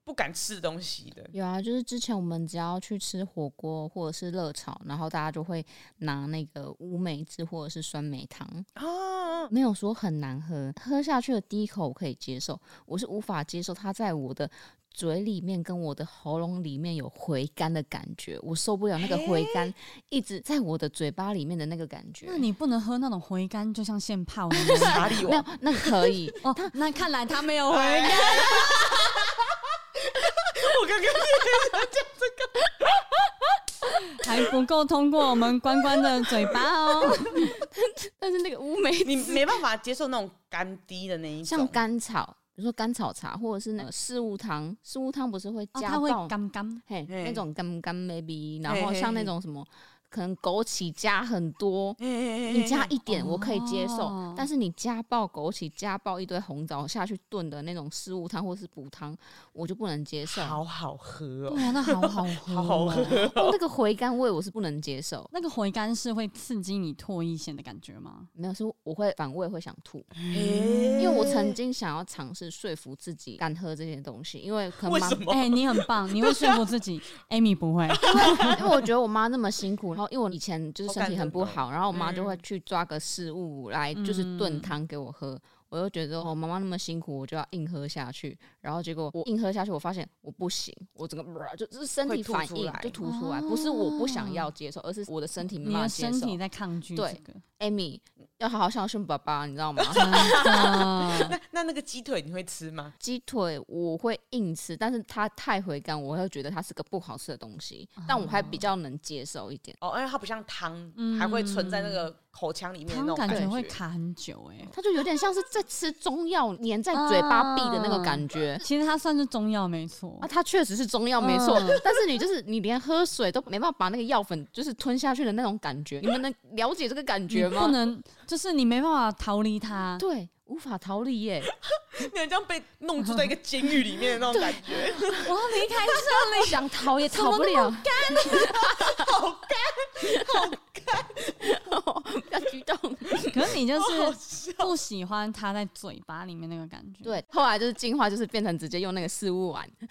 Speaker 2: 不敢吃的东西的，
Speaker 3: 有啊，就是之前我们只要去吃火锅或者是热炒，然后大家就会拿那个乌梅汁或者是酸梅汤，
Speaker 2: 啊，
Speaker 3: 没有说很难喝，喝下去的第一口我可以接受，我是无法接受它在我的嘴里面跟我的喉咙里面有回甘的感觉，我受不了那个回甘一直在我的嘴巴里面的那个感觉。
Speaker 1: 那你不能喝那种回甘，就像现泡的那种
Speaker 2: 哪里
Speaker 3: 没有
Speaker 2: 有？
Speaker 3: 那个可以，
Speaker 1: 哦。那看来他
Speaker 2: 哦
Speaker 1: 没有回
Speaker 2: 哎
Speaker 1: 甘。
Speaker 2: 我刚刚
Speaker 1: 还不够通过我们关关的嘴巴哦。
Speaker 3: 但是那个 乌梅
Speaker 2: 你没办法接受那种干滴的那一种，
Speaker 3: 像甘草，比如说甘草茶或者是那个四物汤，四物汤不是会
Speaker 1: 哦，
Speaker 3: 加
Speaker 1: 它会
Speaker 3: 爆、
Speaker 1: 干干，
Speaker 3: 嘿
Speaker 2: 嘿
Speaker 3: 那种干干 maybe，然
Speaker 2: 嘿
Speaker 3: 后
Speaker 2: 嘿
Speaker 3: 像那
Speaker 2: 嘿
Speaker 3: 种什么可能枸杞加很多。
Speaker 2: 嘿，嘿嘿嘿
Speaker 3: 你加一点我可以接受，
Speaker 1: 哦
Speaker 3: 但是你加爆枸杞、加爆一堆红枣下去炖的那种四物汤或是补汤，我就不能接受。
Speaker 2: 好好喝哦，
Speaker 1: 对啊，那好好喝、
Speaker 2: 好好喝，
Speaker 3: 哦那个回甘味我是不能接受，
Speaker 1: 那个回甘是会刺激你唾液腺的感觉 吗？
Speaker 3: 没有是我会反胃会想吐，
Speaker 2: 因
Speaker 3: 因为我曾经想要尝试说服自己敢喝这些东西，因为可能
Speaker 2: 为
Speaker 3: 妈
Speaker 2: 什么
Speaker 1: 哎、你很棒，你会说服自己。Amy 不会，
Speaker 3: 因为我觉得我妈那么辛苦，然后因为我以前就是身体很不
Speaker 2: 好感
Speaker 3: 好，然后我妈就会去抓个食物来就是炖汤给我喝。我就觉得我妈妈那么辛苦，我就要硬喝下去。然后结果我硬喝下去，我发现我不行，我整个呃就就是身体反
Speaker 2: 会吐出
Speaker 3: 应
Speaker 2: 来
Speaker 3: 就吐出来，不是我不想要接受，而是我的身体没
Speaker 1: 你
Speaker 3: 办法
Speaker 1: 的
Speaker 3: 接
Speaker 1: 身
Speaker 3: 受
Speaker 1: 体。在抗拒这
Speaker 3: 对
Speaker 1: 个。嗯
Speaker 3: Amy 要好好孝顺爸爸，你知道吗？
Speaker 1: 真的，
Speaker 2: 那那那个鸡腿你会吃吗？
Speaker 3: 鸡腿我会硬吃，但是它太回甘，我会觉得它是个不好吃的东西。但我还比较能接受一点。
Speaker 2: 哦，因为它不像汤，
Speaker 1: 嗯
Speaker 2: 还会存在那个口腔里面的
Speaker 1: 汤
Speaker 2: 那种
Speaker 1: 感觉
Speaker 2: 觉
Speaker 1: 会卡很久哎、
Speaker 3: 它就有点像是在吃中药粘在嘴巴壁的那个感觉。
Speaker 1: 其实它算是中药没错
Speaker 3: 啊，，它确实是中药没错，
Speaker 1: 嗯
Speaker 3: 但是你就是你连喝水都没办法把那个药粉就是吞下去的那种感觉，你们能了解这个感
Speaker 1: 你
Speaker 3: 觉
Speaker 1: 不
Speaker 3: 吗？
Speaker 1: 能，就是你没办法逃离它。
Speaker 3: 对，无法逃离 耶。
Speaker 2: 你很像被弄住在一个监狱里面 的那种感觉，
Speaker 1: 我要离开
Speaker 3: 想 逃也逃不了， 干，好干，好干，不要激动。
Speaker 1: 这，可是你就
Speaker 2: 哦好好
Speaker 3: 哦
Speaker 1: 是
Speaker 2: 笑。
Speaker 1: 不喜欢它在嘴巴里面那个感觉。
Speaker 3: 对，后来就是进化，就是变成直接用那个四物丸，
Speaker 2: 对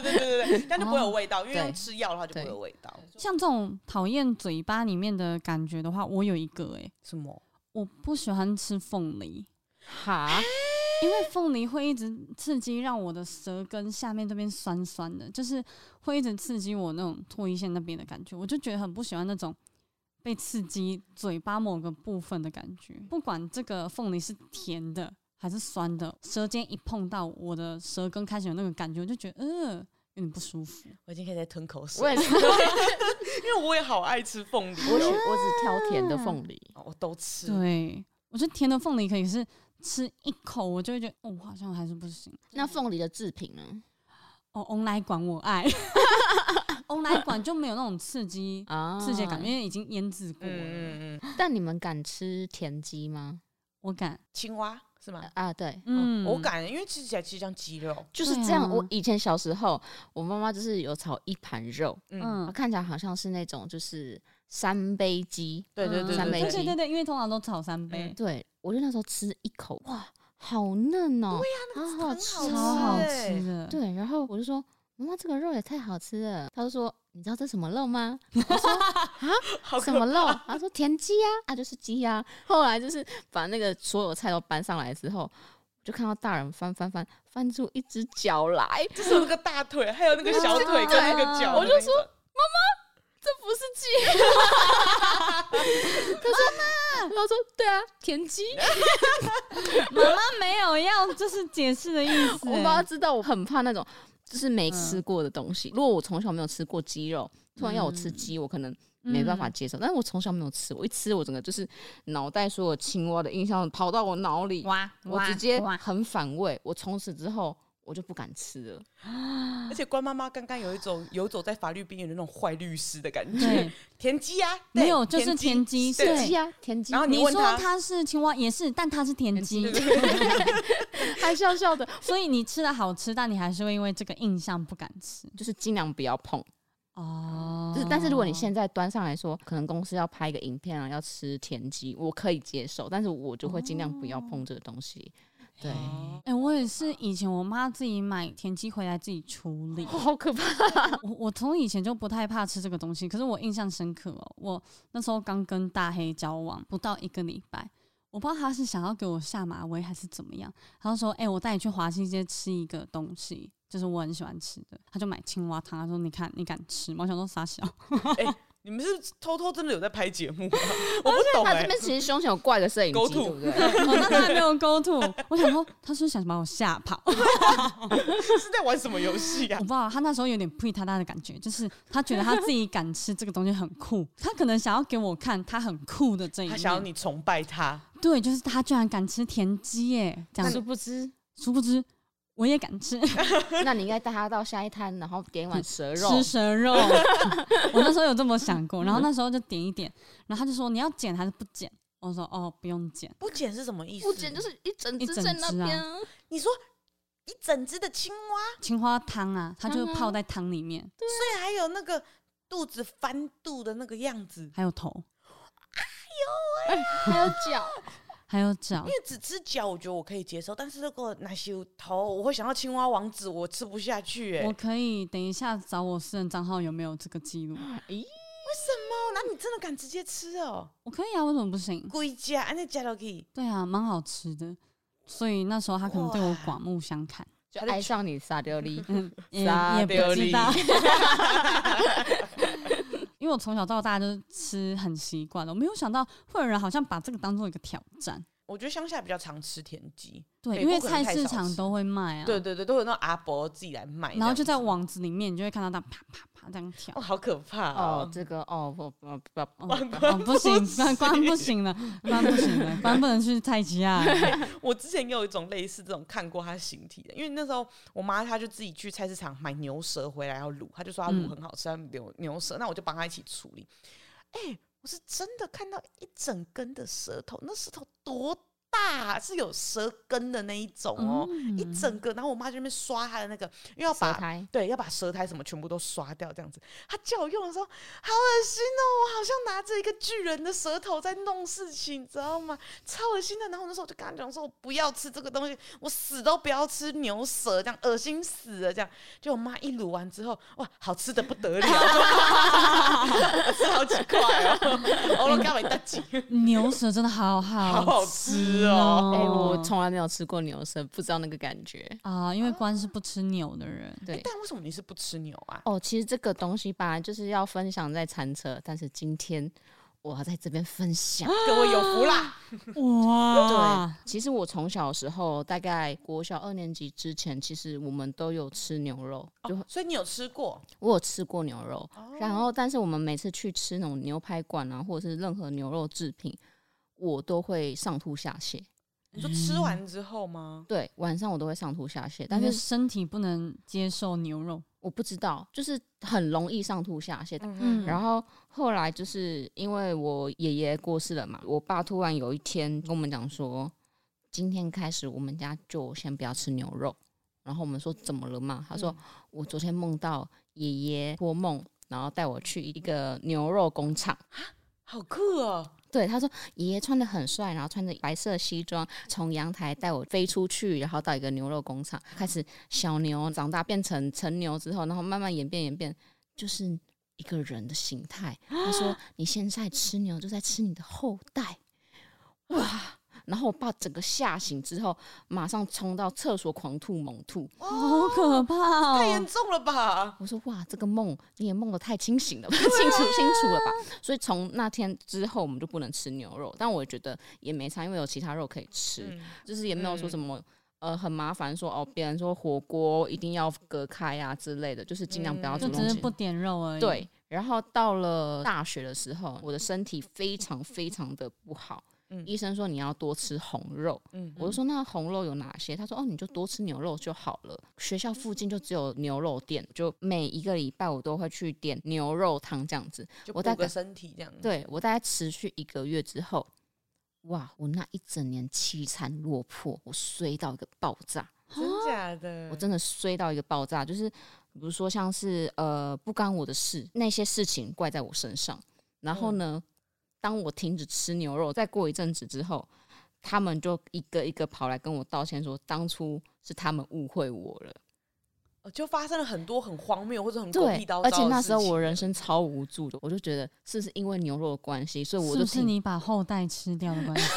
Speaker 2: 对对对对，但就不会有味道，因为
Speaker 3: 哦对
Speaker 2: 用吃药的话就不会有味道。
Speaker 1: 像这种讨厌嘴巴里面的感觉的话，我有一个哎、
Speaker 2: 什么？
Speaker 1: 我不喜欢吃凤梨，
Speaker 3: 哈，
Speaker 1: 因为凤梨会一直刺激让我的舌根下面这边酸酸的，就是会一直刺激我那种唾液腺那边的感觉，我就觉得很不喜欢那种被刺激嘴巴某个部分的感觉。不管这个凤梨是甜的还是酸的，舌尖一碰到我的舌根开始有那个感觉，我就觉得呃有点不舒服。
Speaker 2: 我已经可以在吞口水了，
Speaker 3: 我也是，
Speaker 2: 因为我也好爱吃凤梨
Speaker 3: 我只
Speaker 2: 哦，
Speaker 3: 我只挑甜的凤梨，
Speaker 2: 哦我都吃。
Speaker 1: 对，我觉得甜的凤梨可以是吃一口，我就会觉得哦，我好像还是不行。
Speaker 3: 那凤梨的制品呢？
Speaker 1: 哦，翁来管我爱， 翁来管就没有那种刺激、
Speaker 3: 啊，
Speaker 1: 刺激的感觉，因为已经腌制过了。
Speaker 2: 嗯嗯嗯，
Speaker 3: 但你们敢吃田鸡吗？
Speaker 1: 我敢，
Speaker 2: 青蛙是吗？
Speaker 3: 啊，对，
Speaker 1: 嗯，
Speaker 2: 哦我，敢，因为吃起来其实像鸡肉。
Speaker 3: 就是
Speaker 1: 对
Speaker 3: 这样。
Speaker 1: 啊
Speaker 3: 我以前小时候，我妈妈就是有炒一盘肉，
Speaker 2: 嗯，
Speaker 1: 嗯，
Speaker 3: 看起来好像是那种就是三杯鸡。
Speaker 2: 对对对
Speaker 1: 嗯
Speaker 3: 三
Speaker 2: 对
Speaker 3: 杯
Speaker 1: 对
Speaker 2: 对
Speaker 3: 鸡
Speaker 1: 对对对，因为通常都炒三杯，
Speaker 3: 对，我就那时候吃一口，哇，好嫩哦、好好吃
Speaker 2: 很
Speaker 1: 超
Speaker 3: 哦。
Speaker 1: 好
Speaker 2: 欸
Speaker 1: 吃的。
Speaker 3: 对，然后我就说。妈妈，这个肉也太好吃了。她就说：“你知道这什么肉吗？”我说：“啊，
Speaker 2: 好可
Speaker 3: 什么肉？他说田鸡呀、啊，就是鸡呀、后来就是把那个所有菜都搬上来之后，我就看到大人翻翻翻翻出一只脚来，
Speaker 2: 哦就是有那个大腿，还有那个小腿跟那个脚。
Speaker 1: 啊
Speaker 2: 我就说，
Speaker 3: 不是鸡。 他说，他说对啊，田鸡。
Speaker 1: 妈妈没有要就是解释的意思、
Speaker 3: 我妈知道，我很怕那种就是没吃过的东西。如果我从小没有吃过鸡肉，突然要我吃鸡，我可能没办法接受。但是我从小没有吃，我一吃我整个就是脑袋所有青蛙的印象跑到我脑里，
Speaker 1: 欸哇，
Speaker 3: 我直接很反胃。我从此之后我就不敢吃了。
Speaker 2: 而且关妈妈刚刚有一种游走在法律边缘的那种坏律师的感觉
Speaker 1: 对，，
Speaker 2: 田鸡啊，对
Speaker 1: 没有就是田
Speaker 2: 田
Speaker 1: 鸡
Speaker 2: 对
Speaker 1: 对
Speaker 3: 鸡啊，田鸡
Speaker 2: 然， 后
Speaker 1: 你
Speaker 2: 问
Speaker 1: 说
Speaker 2: 他，
Speaker 1: 它是青蛙也是，但它是田鸡，
Speaker 3: 还笑笑的，
Speaker 1: 所以你吃的好吃，但你还是会因为这个印象不敢吃
Speaker 3: 就是尽量不要碰。
Speaker 1: 哦
Speaker 3: 就是，但是如果你现在端上来说，可能公司要拍一个影片啊，要吃田鸡，我可以接受，但是我就会尽量不要碰这个东西。对，
Speaker 1: 哎、我也是以前我妈自己买田鸡回来自己处理，
Speaker 3: 好可怕！
Speaker 1: 我我从以前就不太怕吃这个东西，可是我印象深刻哦。我那时候刚跟大黑交往不到一个礼拜，我不知道他是想要给我下马威还是怎么样，他就说：“哎、我带你去华西街吃一个东西，就是我很喜欢吃的。”他就买青蛙汤，他说：“你看你敢吃吗？”我想说傻小，
Speaker 2: 你们是偷偷真的有在拍节目吗？我不
Speaker 1: 哦
Speaker 2: 懂
Speaker 3: 他
Speaker 2: 哎、
Speaker 3: 这边其实胸前有挂一个摄影
Speaker 2: 狗
Speaker 3: 机，
Speaker 2: 吐
Speaker 3: 对不对？
Speaker 1: 我那时候还没有勾吐，我想说他是不是想把我吓跑， 我
Speaker 2: 是在玩什么游戏啊呀
Speaker 1: 不？知道他那时候有点呸他他的感觉，就是他觉得他自己敢吃这个东西很酷，他可能想要给我看他很酷的这一
Speaker 2: 他想要
Speaker 1: 面。
Speaker 2: 你崇拜他，
Speaker 1: 对，就是他居然敢吃田鸡耶，这样
Speaker 3: 殊 不知，
Speaker 1: 殊不知我也敢吃
Speaker 3: 那你应该带他到下一摊，然后点一碗蛇肉。
Speaker 1: 吃蛇肉。 我那时候有这么想过，然后那时候就点一点，然后他就说你要剪还是不剪？我说哦，不用剪。
Speaker 2: 不剪是什么意思？
Speaker 3: 不剪就是一整
Speaker 1: 一
Speaker 3: 只
Speaker 1: 整
Speaker 3: 在那
Speaker 1: 只啊
Speaker 3: 边啊，
Speaker 2: 你说一整只的青蛙，
Speaker 1: 青花汤啊，它就
Speaker 3: 汤啊
Speaker 1: 泡在汤里面，
Speaker 2: 所以还有那个肚子翻肚的那个样子，
Speaker 1: 还有头，
Speaker 3: 还有 脚，
Speaker 1: 还有脚
Speaker 2: 因。为只吃脚，我觉得我可以接受，但是如果拿起头，我会想到青蛙王子，我吃不下去哎、
Speaker 1: 我
Speaker 2: 为
Speaker 1: 可以等一下找我私人账号有没有这个记录？
Speaker 2: 什么？哦那你真的敢直接吃哦？
Speaker 1: 我可以啊，为什么不行？
Speaker 2: 龟家，安那加都可以。
Speaker 1: 对啊，蛮好吃的。所以那时候他可能对我刮目相看，
Speaker 3: 就爱上你撒丢力。
Speaker 1: 嗯，也
Speaker 3: 撒
Speaker 1: 也
Speaker 3: 丢
Speaker 1: 不
Speaker 3: 力
Speaker 1: 知道， 因为我从小到大就是吃很习惯了，我没有想到会有人好像把这个当做一个挑战。
Speaker 2: 我觉得乡下比较常吃田鸡，
Speaker 1: 对，
Speaker 2: 北
Speaker 1: 因为
Speaker 2: 部可能
Speaker 1: 菜
Speaker 2: 太
Speaker 1: 市
Speaker 2: 少
Speaker 1: 场
Speaker 2: 吃
Speaker 1: 都会卖啊，
Speaker 2: 对，对对，都有那种阿伯自己来卖这样子，
Speaker 1: 然后就在网子里面，你就会看到它啪啪啪这样跳
Speaker 2: 哦，。好可怕
Speaker 3: 哦
Speaker 1: 嗯
Speaker 2: 哦，！
Speaker 3: 这个哦不不不不，
Speaker 1: 哦，哦不行，关关不行了，关不行 了，关不能去菜鸡啊。
Speaker 2: 我之前也有一种类似这种看过它形体的，因为那时候我妈她就自己去菜市场买牛舌回来要卤，她就说她卤
Speaker 1: 嗯
Speaker 2: 很好吃，她牛牛舌，那我就帮她一起处理。哎、我是真的看到一整根的舌头，那舌头多大啊，是有舌根的那一种哦，一整个。然后我妈就在那边刷她的那个，因为要
Speaker 3: 舌
Speaker 2: 把
Speaker 3: 苔
Speaker 2: 对，要把舌苔什么全部都刷掉，这样子。他叫我用的时候，好恶心哦！我好像拿着一个巨人的舌头在弄事情，你知道吗？超恶心的。然后那时候我就跟他讲说，我不要吃这个东西，我死都不要吃牛舌，这样恶心死了。这样，就我妈一卤完之后，哇，好吃的不得 了，我吃好几块哦，我都干没得几，
Speaker 1: 牛舌真的好好
Speaker 2: 好好吃哦
Speaker 3: 哎，我从来没有吃过牛舌，不知道那个感觉。
Speaker 1: 啊、因为关是不吃牛的 人，
Speaker 3: 对，
Speaker 2: 但为什么你是不吃牛啊？
Speaker 3: 哦，其实这个东西本来就是要分享在餐车，但是今天我要在这边分享。
Speaker 2: 各位有福啦！
Speaker 1: 哇
Speaker 3: 对，，
Speaker 1: 啊
Speaker 3: 其实我从小的时候，大概国小二年级之前，其实我们都有吃牛肉，就
Speaker 2: 所以你有吃过？
Speaker 3: 我有吃过牛肉。然后，但是我们每次去吃那种牛排馆啊，或者是任何牛肉制品，我都会上吐下泻。
Speaker 2: 你说吃完之后吗？
Speaker 3: 对，晚上我都会上吐下泻，
Speaker 1: 但
Speaker 3: 但
Speaker 1: 是
Speaker 3: 是
Speaker 1: 身体不能接受牛肉，
Speaker 3: 我不知道，就是很容易上吐下泻。
Speaker 1: 嗯
Speaker 3: 然后后来就是因为我爷爷过世了嘛，我爸突然有一天跟我们讲说，今天开始我们家就先不要吃牛肉。然后我们说怎么了嘛？他说、我昨天梦到爷爷托梦，然后带我去一个牛肉工厂。
Speaker 2: 好酷哦！
Speaker 3: 对，他说爷爷穿的很帅，然后穿着白色西装，从阳台带我飞出去，然后到一个牛肉工厂，开始小牛长大变成成牛之后，然后慢慢演变演变，就是一个人的形态。他说你现在吃牛就在吃你的后代，哇！然后我爸整个吓醒之后，马上冲到厕所狂吐猛吐。
Speaker 1: 哦好可怕
Speaker 2: 太
Speaker 1: 哦
Speaker 2: 严！重了吧？
Speaker 3: 我说哇，这个梦你也梦得太清醒了
Speaker 2: 啊
Speaker 3: 吧，清楚清楚了吧？所以从那天之后，我们就不能吃牛肉，但我觉得也没差，因为有其他肉可以吃，
Speaker 2: 嗯
Speaker 3: 就是也没有说
Speaker 2: 嗯
Speaker 3: 什么。呃，很麻烦，说哦，别人说火锅一定要隔开啊之类的，就是尽量不要
Speaker 2: 嗯
Speaker 3: 主
Speaker 1: 就
Speaker 3: 动
Speaker 1: 只
Speaker 3: 吃。
Speaker 1: 是不点肉而已。，
Speaker 3: 对，然后到了大学的时候，我的身体非常非常的不好。
Speaker 2: 嗯
Speaker 3: 医生说你要多吃红肉，
Speaker 2: 嗯
Speaker 3: 我就说那红肉有哪些？他说哦，你就多吃牛肉就好了。学校附近就只有牛肉店，就每一个礼拜我都会去点牛肉汤这样子。
Speaker 2: 就
Speaker 3: 我
Speaker 2: 补
Speaker 3: 大概
Speaker 2: 个身体这样。，
Speaker 3: 对我大概持续一个月之后，哇，我那一整年七餐落魄，我衰到一个爆炸。
Speaker 1: 啊
Speaker 2: 真假的？
Speaker 3: 哦我真的衰到一个爆炸，就是比如说像是呃不干我的事那些事情怪在我身上，然
Speaker 2: 嗯
Speaker 3: 后呢，当我停止吃牛肉，再过一阵子之后，他们就一个一个跑来跟我道歉说，当初是他们误会我了，
Speaker 2: 哦就发生了很多很荒谬或者很狗
Speaker 3: 对
Speaker 2: 屁叨，叨的
Speaker 3: 而且那时候
Speaker 2: 事情
Speaker 3: 我人生超无助的，我就觉得是不是因为牛肉的关系，所以我
Speaker 1: 是
Speaker 3: 就
Speaker 1: 不是
Speaker 3: 停，
Speaker 1: 你把后代吃掉的关 系？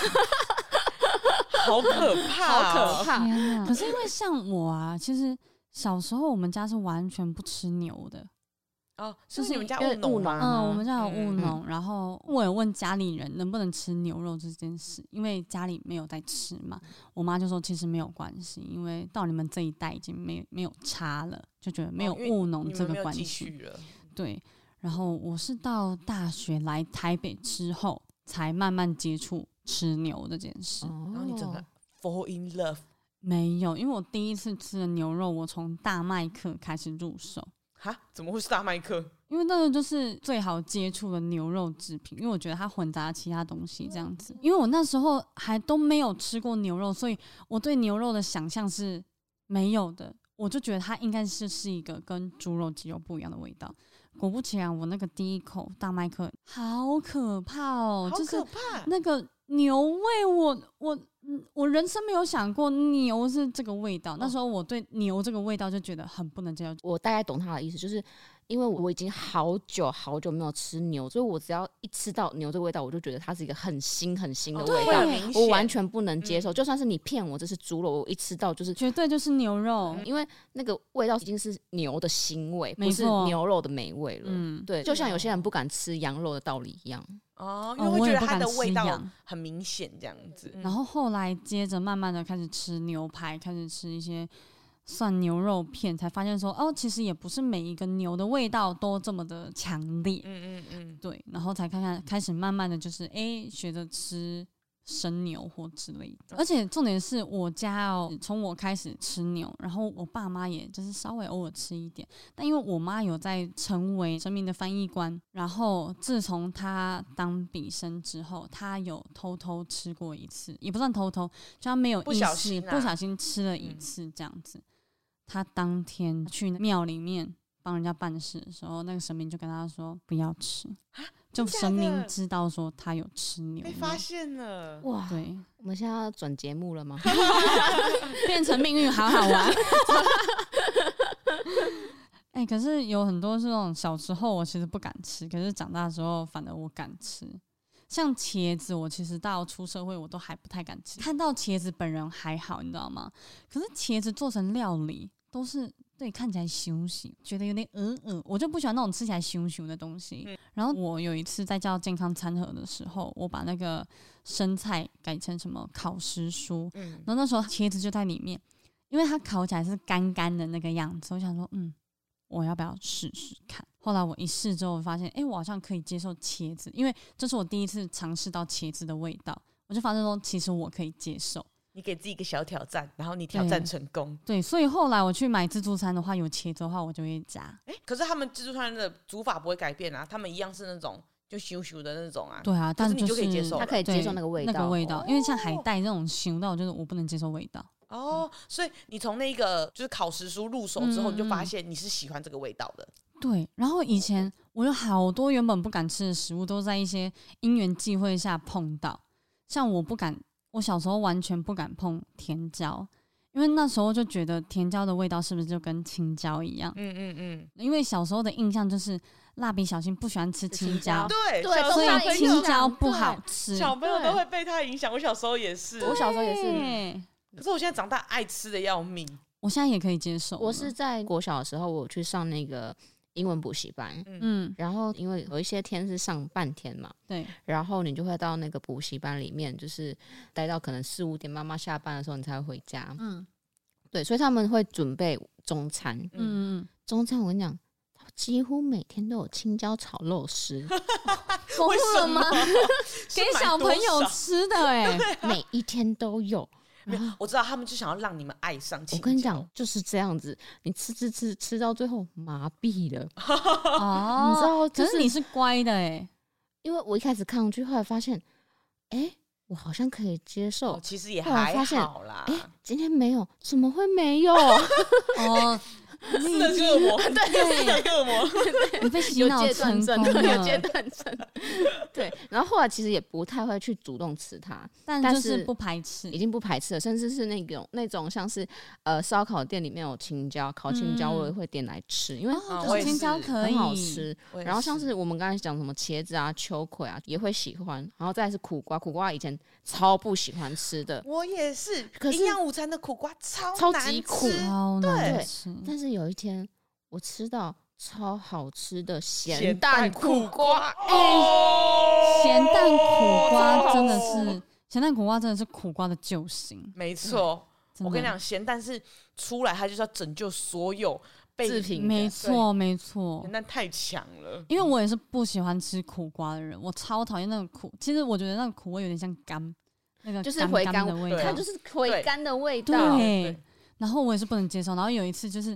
Speaker 2: 好可
Speaker 3: 好
Speaker 2: 怕哦，
Speaker 3: 可怕，
Speaker 1: 天 啊哪！可是因为像我啊，其实小时候我们家是完全不吃牛的。
Speaker 2: 哦，
Speaker 1: 就
Speaker 2: 是
Speaker 1: 是
Speaker 2: 不是你们家
Speaker 3: 因为
Speaker 2: 务农
Speaker 3: 务
Speaker 2: 吗
Speaker 3: 农
Speaker 1: 嗯、
Speaker 3: 吗
Speaker 1: 我们家有务
Speaker 2: 嗯
Speaker 1: 农，然后我有问家里人能不能吃牛肉这件事，因为家里没有在吃嘛。我妈就说其实没有关系，因为到你们这一代已经没没有差了，就觉得没有
Speaker 2: 哦因为
Speaker 1: 务农
Speaker 2: 你
Speaker 1: 这
Speaker 2: 们没
Speaker 1: 个
Speaker 2: 有
Speaker 1: 关
Speaker 2: 继
Speaker 1: 系。
Speaker 2: 续了，
Speaker 1: 对，然后我是到大学来台北之后，才慢慢接触吃牛这件事。
Speaker 3: 然
Speaker 2: 然后你整个 fall in love
Speaker 1: 没有，因为我第一次吃的牛肉，我从大麦克开始入手。
Speaker 2: 哈？怎么会是大麦克？
Speaker 1: 因为那个就是最好接触的牛肉制品，因为我觉得它混杂其他东西这样子。因为我那时候还都没有吃过牛肉，所以我对牛肉的想象是没有的。我就觉得它应该是是一个跟猪肉、鸡肉不一样的味道。果不其然，我那个第一口大麦克好可怕哦，
Speaker 2: 好
Speaker 1: 就是
Speaker 2: 可怕！
Speaker 1: 那个牛味我，我嗯我人生没有想过牛是这个味道。
Speaker 2: 哦
Speaker 1: 那时候我对牛这个味道就觉得很不能接受。
Speaker 3: 我大概懂他的意思，就是因为我已经好久好久没有吃牛，所以我只要一吃到牛这个味道，我就觉得它是一个很腥很腥的
Speaker 2: 哦
Speaker 3: 味
Speaker 2: 会
Speaker 3: 道，
Speaker 2: 很明显，
Speaker 3: 我完全不能接受。就算是你骗我这是猪肉，我一吃到就是。
Speaker 1: 绝对就是牛肉，
Speaker 2: 嗯
Speaker 3: 因为那个味道已经是牛的腥味，
Speaker 1: 嗯没
Speaker 3: 不是
Speaker 1: 错
Speaker 3: 牛肉的美味了。
Speaker 1: 嗯，
Speaker 3: 对，就像有些人不敢吃羊肉的道理一样。
Speaker 2: 哦，因
Speaker 1: 哦，
Speaker 2: 为
Speaker 1: 我
Speaker 2: 会
Speaker 1: 也
Speaker 2: 觉
Speaker 1: 不
Speaker 2: 得
Speaker 1: 敢
Speaker 2: 它的
Speaker 1: 吃
Speaker 2: 味道嗯
Speaker 1: 羊
Speaker 2: 很明显，这样子。
Speaker 1: 然后后来接着慢慢的开始吃牛排，开始吃一些涮牛肉片，才发现说哦，其实也不是每一个牛的味道都这么的强烈。
Speaker 2: 嗯嗯嗯，
Speaker 1: 对，然后才看看开始慢慢的就是诶，学着吃生牛或之类的。而且重点是我家哦，从我开始吃牛，然后我爸妈也就是稍微偶尔吃一点，但因为我妈有在成为生命的翻译官，然后自从她当笔生之后，她有偷偷吃过一次，也不算偷偷，就她没有
Speaker 2: 不
Speaker 1: 意
Speaker 2: 小
Speaker 1: 识，
Speaker 2: 心
Speaker 1: 不
Speaker 2: 啦
Speaker 1: 小心吃了一
Speaker 2: 嗯
Speaker 1: 次这样子。她当天去庙里面帮人家办事的时候，那个神明就跟她说不要吃，就
Speaker 2: 假
Speaker 1: 神明
Speaker 2: 啊的
Speaker 1: 知道说她有吃牛
Speaker 2: 被
Speaker 1: 肉
Speaker 2: 发现了。
Speaker 3: 哇，
Speaker 1: 对，
Speaker 3: 我们现在要转节目了吗？
Speaker 1: 变成命运好好玩。 哎、可是有很多这种小时候我其实不敢吃，可是长大之后反而我敢吃。像茄子，我其实到出社会我都还不太敢吃，看到茄子本人还好，你知道吗？可是茄子做成料理都是对看起来羞羞，觉得有点嗯嗯，我就不喜欢那种吃起来羞羞的东西。
Speaker 2: 嗯
Speaker 1: 然后我有一次在叫健康餐盒的时候，我把那个生菜改成什么烤时蔬，
Speaker 2: 嗯，
Speaker 1: 然后那时候茄子就在里面，因为它烤起来是干干的那个样子，我想说，嗯，我要不要试试看？后来我一试之后，我发现，诶，我好像可以接受茄子，因为这是我第一次尝试到茄子的味道，我就发现说，其实我可以接受。
Speaker 2: 你给自己一个小挑战，然后你挑战成功。
Speaker 1: 对，所以后来我去买自助餐的话，有茄子的话，我就会加。
Speaker 2: 哎，可是他们自助餐的煮法不会改变啊，他们一样是那种就咻咻的那种啊。
Speaker 1: 对啊，但
Speaker 2: 是你
Speaker 1: 是
Speaker 2: 就可以接受
Speaker 3: 他
Speaker 2: 了
Speaker 3: 可以接
Speaker 1: 对
Speaker 3: 受那个味
Speaker 1: 那
Speaker 3: 道，
Speaker 1: 个味道，因为像海
Speaker 2: 哦
Speaker 1: 带那种腥到，就是我不能接受味道。
Speaker 2: 哦，所以你从那个就是烤食蔬入手之后，
Speaker 1: 嗯
Speaker 2: 你就发现你是喜欢这个味道的。
Speaker 1: 对，然后
Speaker 2: 嗯
Speaker 1: 以前我有好多原本不敢吃的食物，都在一些因缘际会下碰到。像我不敢，我小时候完全不敢碰甜椒，因因为那时候就觉得甜椒的味道是不是就跟青椒一样？
Speaker 2: 嗯嗯嗯，
Speaker 1: 因为小时候的印象就是蜡笔小新不喜欢吃青椒，
Speaker 2: 对
Speaker 3: 对
Speaker 2: 小
Speaker 3: 都
Speaker 1: 所
Speaker 2: 时
Speaker 3: 是
Speaker 2: 候
Speaker 3: 大
Speaker 1: 以
Speaker 3: 人
Speaker 1: 青
Speaker 3: 印
Speaker 1: 椒
Speaker 3: 象
Speaker 1: 不
Speaker 3: 对
Speaker 1: 好吃。
Speaker 2: 小朋友
Speaker 3: 对
Speaker 2: 都会被他影响，我小时候也是，
Speaker 3: 我小时候也是，
Speaker 1: 对，
Speaker 2: 可是我现在长大爱吃的要命。
Speaker 1: 我现在也可以接受了。
Speaker 3: 我是在国小的时候，我去上那个英文补习班，
Speaker 1: 嗯，
Speaker 3: 然后因为有一些天是上半天嘛，
Speaker 1: 对，
Speaker 3: 然后你就会到那个补习班里面，就是待到可能四五点，妈妈下班的时候你才会回家。
Speaker 1: 嗯
Speaker 3: 对，所以他们会准备中餐，
Speaker 1: 嗯嗯，
Speaker 3: 中餐我跟你讲，几乎每天都有青椒炒肉丝，
Speaker 1: 疯
Speaker 2: 为什
Speaker 1: 了
Speaker 2: 么
Speaker 1: 吗？？给
Speaker 2: 是买
Speaker 1: 小
Speaker 2: 多
Speaker 1: 朋友
Speaker 2: 少
Speaker 1: 吃的哎、
Speaker 3: 每一天都 有。
Speaker 2: 没有，我知道他们就想要让你们爱上青
Speaker 3: 我
Speaker 2: 椒。
Speaker 3: 跟你讲，就是这样子，你吃吃吃吃到最后麻痹了，
Speaker 1: 哦，
Speaker 2: 啊
Speaker 3: 你知道
Speaker 1: 可
Speaker 3: 就
Speaker 1: 是
Speaker 3: 是
Speaker 1: 你是乖的 哎、
Speaker 3: 因为我一开始抗拒，后来发现，哎、我好像可以接
Speaker 2: 哦，
Speaker 3: 受。
Speaker 2: 其实也
Speaker 3: 后来
Speaker 2: 还
Speaker 3: 发现
Speaker 2: 好啦
Speaker 3: 哎、。今天没有，怎么会没 有？
Speaker 1: 哦，
Speaker 2: 是的恶 魔，对，
Speaker 1: 对
Speaker 2: 是的恶魔。
Speaker 1: 你被洗
Speaker 3: 有
Speaker 1: 脑
Speaker 3: 戒断
Speaker 1: 成
Speaker 3: 症，
Speaker 1: 功
Speaker 3: 有戒
Speaker 1: 了，
Speaker 3: 断症。 对，然后后来其实也不太会去主动吃它，
Speaker 1: 但
Speaker 3: 但
Speaker 1: 就是
Speaker 3: 是
Speaker 1: 不排斥
Speaker 3: 已。经不排斥了，甚至是那种那种像是呃烧烤店里面有青椒，烤青椒我也会点来吃，因为
Speaker 1: 嗯哦，
Speaker 2: 我
Speaker 1: 烤
Speaker 2: 也
Speaker 1: 青椒
Speaker 2: 是
Speaker 1: 可以，
Speaker 3: 很好吃。
Speaker 2: 我也
Speaker 3: 然后像是我们刚才讲什么茄子啊、秋葵啊，也会喜欢。然后再来是苦瓜，苦瓜以前超不喜欢吃的，
Speaker 2: 我也是，
Speaker 3: 可是
Speaker 2: 营养午餐的苦瓜超
Speaker 3: 超
Speaker 2: 难
Speaker 3: 级
Speaker 2: 吃
Speaker 3: 苦
Speaker 1: 超难
Speaker 3: 对
Speaker 1: 吃。
Speaker 3: 但是有一天我吃到超好吃的咸
Speaker 2: 咸
Speaker 3: 蛋
Speaker 2: 蛋
Speaker 3: 苦
Speaker 2: 苦
Speaker 3: 瓜，
Speaker 2: 瓜，哦
Speaker 1: 咸蛋苦瓜真的
Speaker 2: 超好吃
Speaker 1: 是，咸蛋苦瓜真的是苦瓜的救星。
Speaker 2: 没错。
Speaker 1: 嗯真的
Speaker 2: 我跟你讲，咸蛋是出来，它就是要拯救所有被
Speaker 3: 制品
Speaker 1: 没
Speaker 3: 的
Speaker 1: 错没错
Speaker 2: 咸，蛋太强了。
Speaker 1: 因为我也是不喜欢吃苦瓜的人，我超讨厌那种苦。其实我觉得那个苦味有点像干，那个
Speaker 3: 就是回
Speaker 1: 回
Speaker 3: 甘
Speaker 1: 的味
Speaker 2: 对
Speaker 1: 道
Speaker 3: 它，就是回甘的味道。
Speaker 1: 对
Speaker 2: 对，
Speaker 1: 然后我也是不能接受。然后有一次就是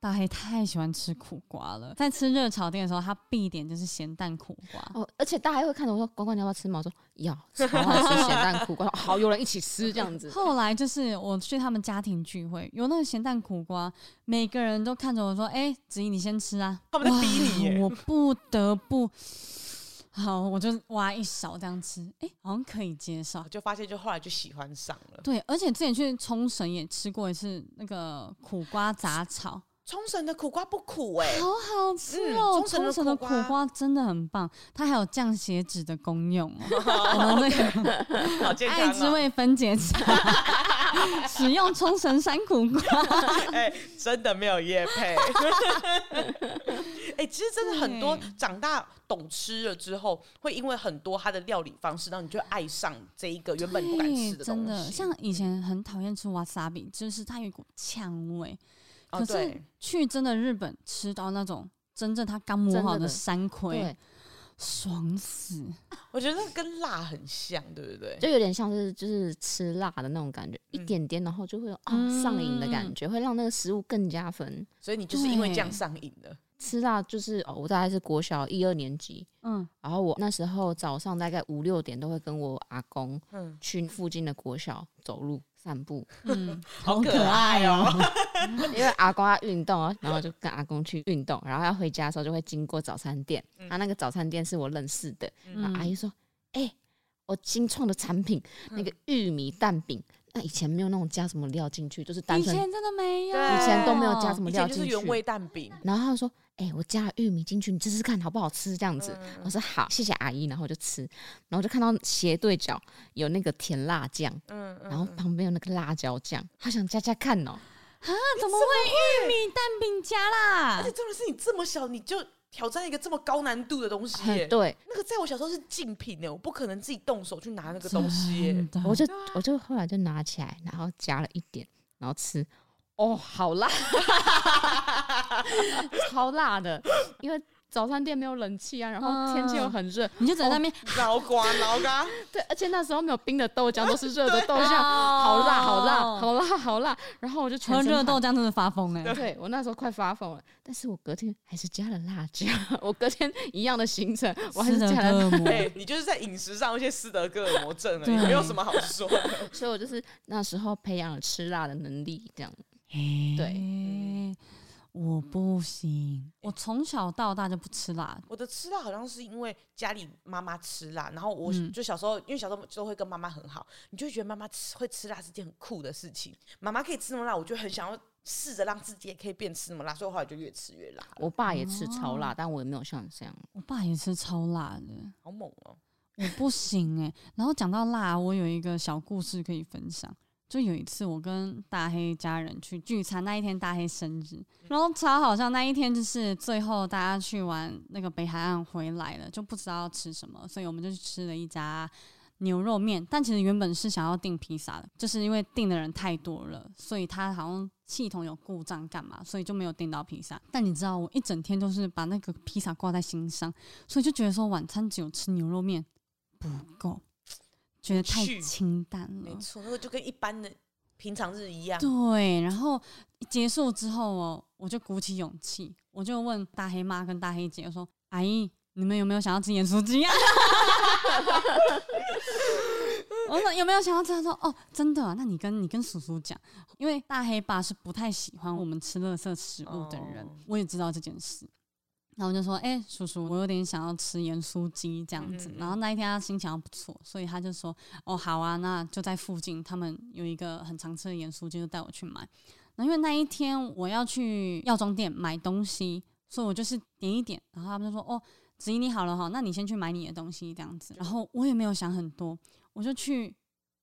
Speaker 1: 大黑太喜欢吃苦瓜了，在吃热炒店的时候，他必点就是咸蛋苦瓜。
Speaker 3: 哦，而且大家还会看着我说：“关关，你要不要吃吗？”我说：“要，超好啊吃咸蛋苦瓜。”好，有人一起吃这 样子。
Speaker 1: 后来就是我去他们家庭聚会，有那个咸蛋苦瓜，每个人都看着我说：“哎、子怡你先吃啊！”
Speaker 2: 他们在逼你耶
Speaker 1: 哇我不得不。好，我就挖一勺这样吃，哎、好像可以接受
Speaker 2: 我。就发现，就后来就喜欢上了。
Speaker 1: 对，而且之前去冲绳也吃过一次那个苦瓜杂炒，
Speaker 2: 冲绳的苦瓜不苦哎、
Speaker 1: 好好吃
Speaker 2: 嗯
Speaker 1: 哦！
Speaker 2: 冲绳
Speaker 1: 冲
Speaker 2: 的
Speaker 1: 绳的苦
Speaker 2: 苦瓜
Speaker 1: 瓜真的很棒，它还有降血脂的功用 哦。我们那个
Speaker 2: 好健
Speaker 1: 爱
Speaker 2: 康
Speaker 1: 之
Speaker 2: 哦！
Speaker 1: 味分解茶， 使用冲绳山苦瓜，
Speaker 2: 哎、真的没有叶配。 哎、其实真的很多长大懂吃了之后，会因为很多它的料理方式，让你就爱上这一 个原本不敢吃
Speaker 1: 对
Speaker 2: 的
Speaker 1: 真
Speaker 2: 东
Speaker 1: 的
Speaker 2: 西。
Speaker 1: 像以前很讨厌吃瓦萨比，就是它有一股呛味。
Speaker 2: 哦，
Speaker 1: 可是
Speaker 2: 对，
Speaker 1: 去真的日本吃到那种真正它刚磨
Speaker 3: 真的
Speaker 1: 好的
Speaker 3: 的
Speaker 1: 山葵
Speaker 3: 对，，
Speaker 1: 爽死！
Speaker 2: 我觉得跟辣很像，对不对？
Speaker 3: 就有点像是就是吃辣的那种感觉，一点点，然后就会有哦上瘾的感觉，会让那个食物更加分。
Speaker 2: 所以你就是因为这样上瘾的。
Speaker 3: 吃辣就是哦，我大概是国小一二年级，
Speaker 1: 嗯，
Speaker 3: 然后我那时候早上大概五六点都会跟我阿公
Speaker 2: 嗯，
Speaker 3: 去附近的国小走路散步，
Speaker 1: 嗯，
Speaker 2: 好可爱哦、
Speaker 3: 因为阿公要运动啊，然后就跟阿公去运动，然后要回家的时候就会经过早餐店，啊
Speaker 2: 嗯
Speaker 3: 他、那个早餐店是我认识的，
Speaker 2: 啊
Speaker 3: 然后阿
Speaker 1: 嗯
Speaker 3: 姨说：“哎、我新创的产品，那
Speaker 2: 嗯
Speaker 3: 个玉米蛋饼，那以前没有那种加什么料进去，就是单
Speaker 1: 以
Speaker 3: 纯。”
Speaker 1: 前真的没有，
Speaker 2: 对
Speaker 3: 以前都没有加什么
Speaker 2: 哦以
Speaker 3: 料
Speaker 2: 前就
Speaker 3: 进去，
Speaker 2: 是原味蛋饼，
Speaker 3: 然后他说：“哎、我加了玉米进去，你试试看好不好吃？”这样子，
Speaker 2: 嗯
Speaker 3: 我说：“好，谢谢阿姨。”然后我就吃，然后我就看到斜对角有那个甜辣酱，
Speaker 2: 嗯嗯
Speaker 3: 然后旁边有那个辣椒酱，他想加加看哦。
Speaker 1: 啊， 怎么会玉米蛋饼加啦
Speaker 2: 而且？重点是你这么小，你就挑战一个这么高难度的东西 耶
Speaker 3: 嗯，。对，
Speaker 2: 那个在我小时候是竞品呢，我不可能自己动手去拿那个东西耶。
Speaker 1: 真的
Speaker 3: 我就我就后来就拿起来，然后加了一点，然后吃，哦，好辣， 超辣的，因为早餐店没有冷气啊，然后天气又很热，
Speaker 1: 你就在那
Speaker 3: 哦
Speaker 1: 边
Speaker 2: 老瓜，老瓜，
Speaker 3: 对，而且那时候没有冰的豆浆，都是热的豆
Speaker 1: 好
Speaker 3: 浆，好辣，好辣，
Speaker 1: 辣，
Speaker 3: 好辣，好辣，然后我就全
Speaker 1: 哦喝
Speaker 3: 身
Speaker 1: 热
Speaker 3: 汗
Speaker 1: 豆。浆真的发疯哎，
Speaker 3: 对我那时候快发疯了，但是我隔天还是加了辣椒，我隔天一样的行程，我还
Speaker 1: 吃
Speaker 3: 是
Speaker 1: 的
Speaker 3: 加了，
Speaker 1: 恶 魔，
Speaker 2: 哎、你就是在饮食上有一些斯德哥尔摩症了，
Speaker 1: 对
Speaker 2: 也没有什么好说 的。
Speaker 3: 所以我就是那时候培养了吃辣的能力，这样。对
Speaker 1: 哎我不行，我从小到大就不吃辣，
Speaker 2: 我的吃辣好像是因为家里妈妈吃辣，然后我
Speaker 1: 嗯
Speaker 2: 就小时候，因为小时候都会跟妈妈很好，你就会觉得妈妈吃会吃辣是件很酷的事情，妈妈可以吃那么辣，我就很想要试着让自己也可以变吃那么辣，所以后来就越吃越辣了，
Speaker 3: 我爸也吃超辣，但我也没有像你这样。
Speaker 1: 我爸也吃超辣的，
Speaker 2: 好猛哦、
Speaker 1: 我不行哎、然后讲到辣，我有一个小故事可以分享。就有一次，我跟大黑家人去聚餐，那一天大黑生日，然后超好笑。那一天就是最后大家去玩那个北海岸回来了，就不知道要吃什么，所以我们就去吃了一家牛肉面。但其实原本是想要订披萨的，就是因为订的人太多了，所以他好像系统有故障干嘛，所以就没有订到披萨。但你知道，我一整天都是把那个披萨挂在心上。所以就觉得说晚餐只有吃牛肉面不够，觉得太
Speaker 2: 去
Speaker 1: 清淡
Speaker 2: 没
Speaker 1: 了。
Speaker 2: 错，那个就跟一般的平常日一样，
Speaker 1: 嗯对，然后结束之后哦，我就鼓起勇气，我就问大黑妈跟大黑姐说：“阿姨，你们有没有想要吃盐酥鸡啊？” 我说有没有想要吃？他说哦，真的啊、那你跟你跟叔叔讲，因为大黑爸是不太喜欢我们吃垃圾食物的人，
Speaker 2: 哦
Speaker 1: 我也知道这件事。然后我就说，哎、叔叔，我有点想要吃盐酥鸡这样子。
Speaker 2: 嗯嗯嗯
Speaker 1: 然后那一天他心情还不错，所以他就说，哦，好啊，那就在附近，他们有一个很常吃的盐酥鸡，就带我去买。然后因为那一天我要去药妆店买东西，所以我就是点一点，然后他们就说，哦，子怡你好了哈，那你先去买你的东西这样子。然后我也没有想很多，我就去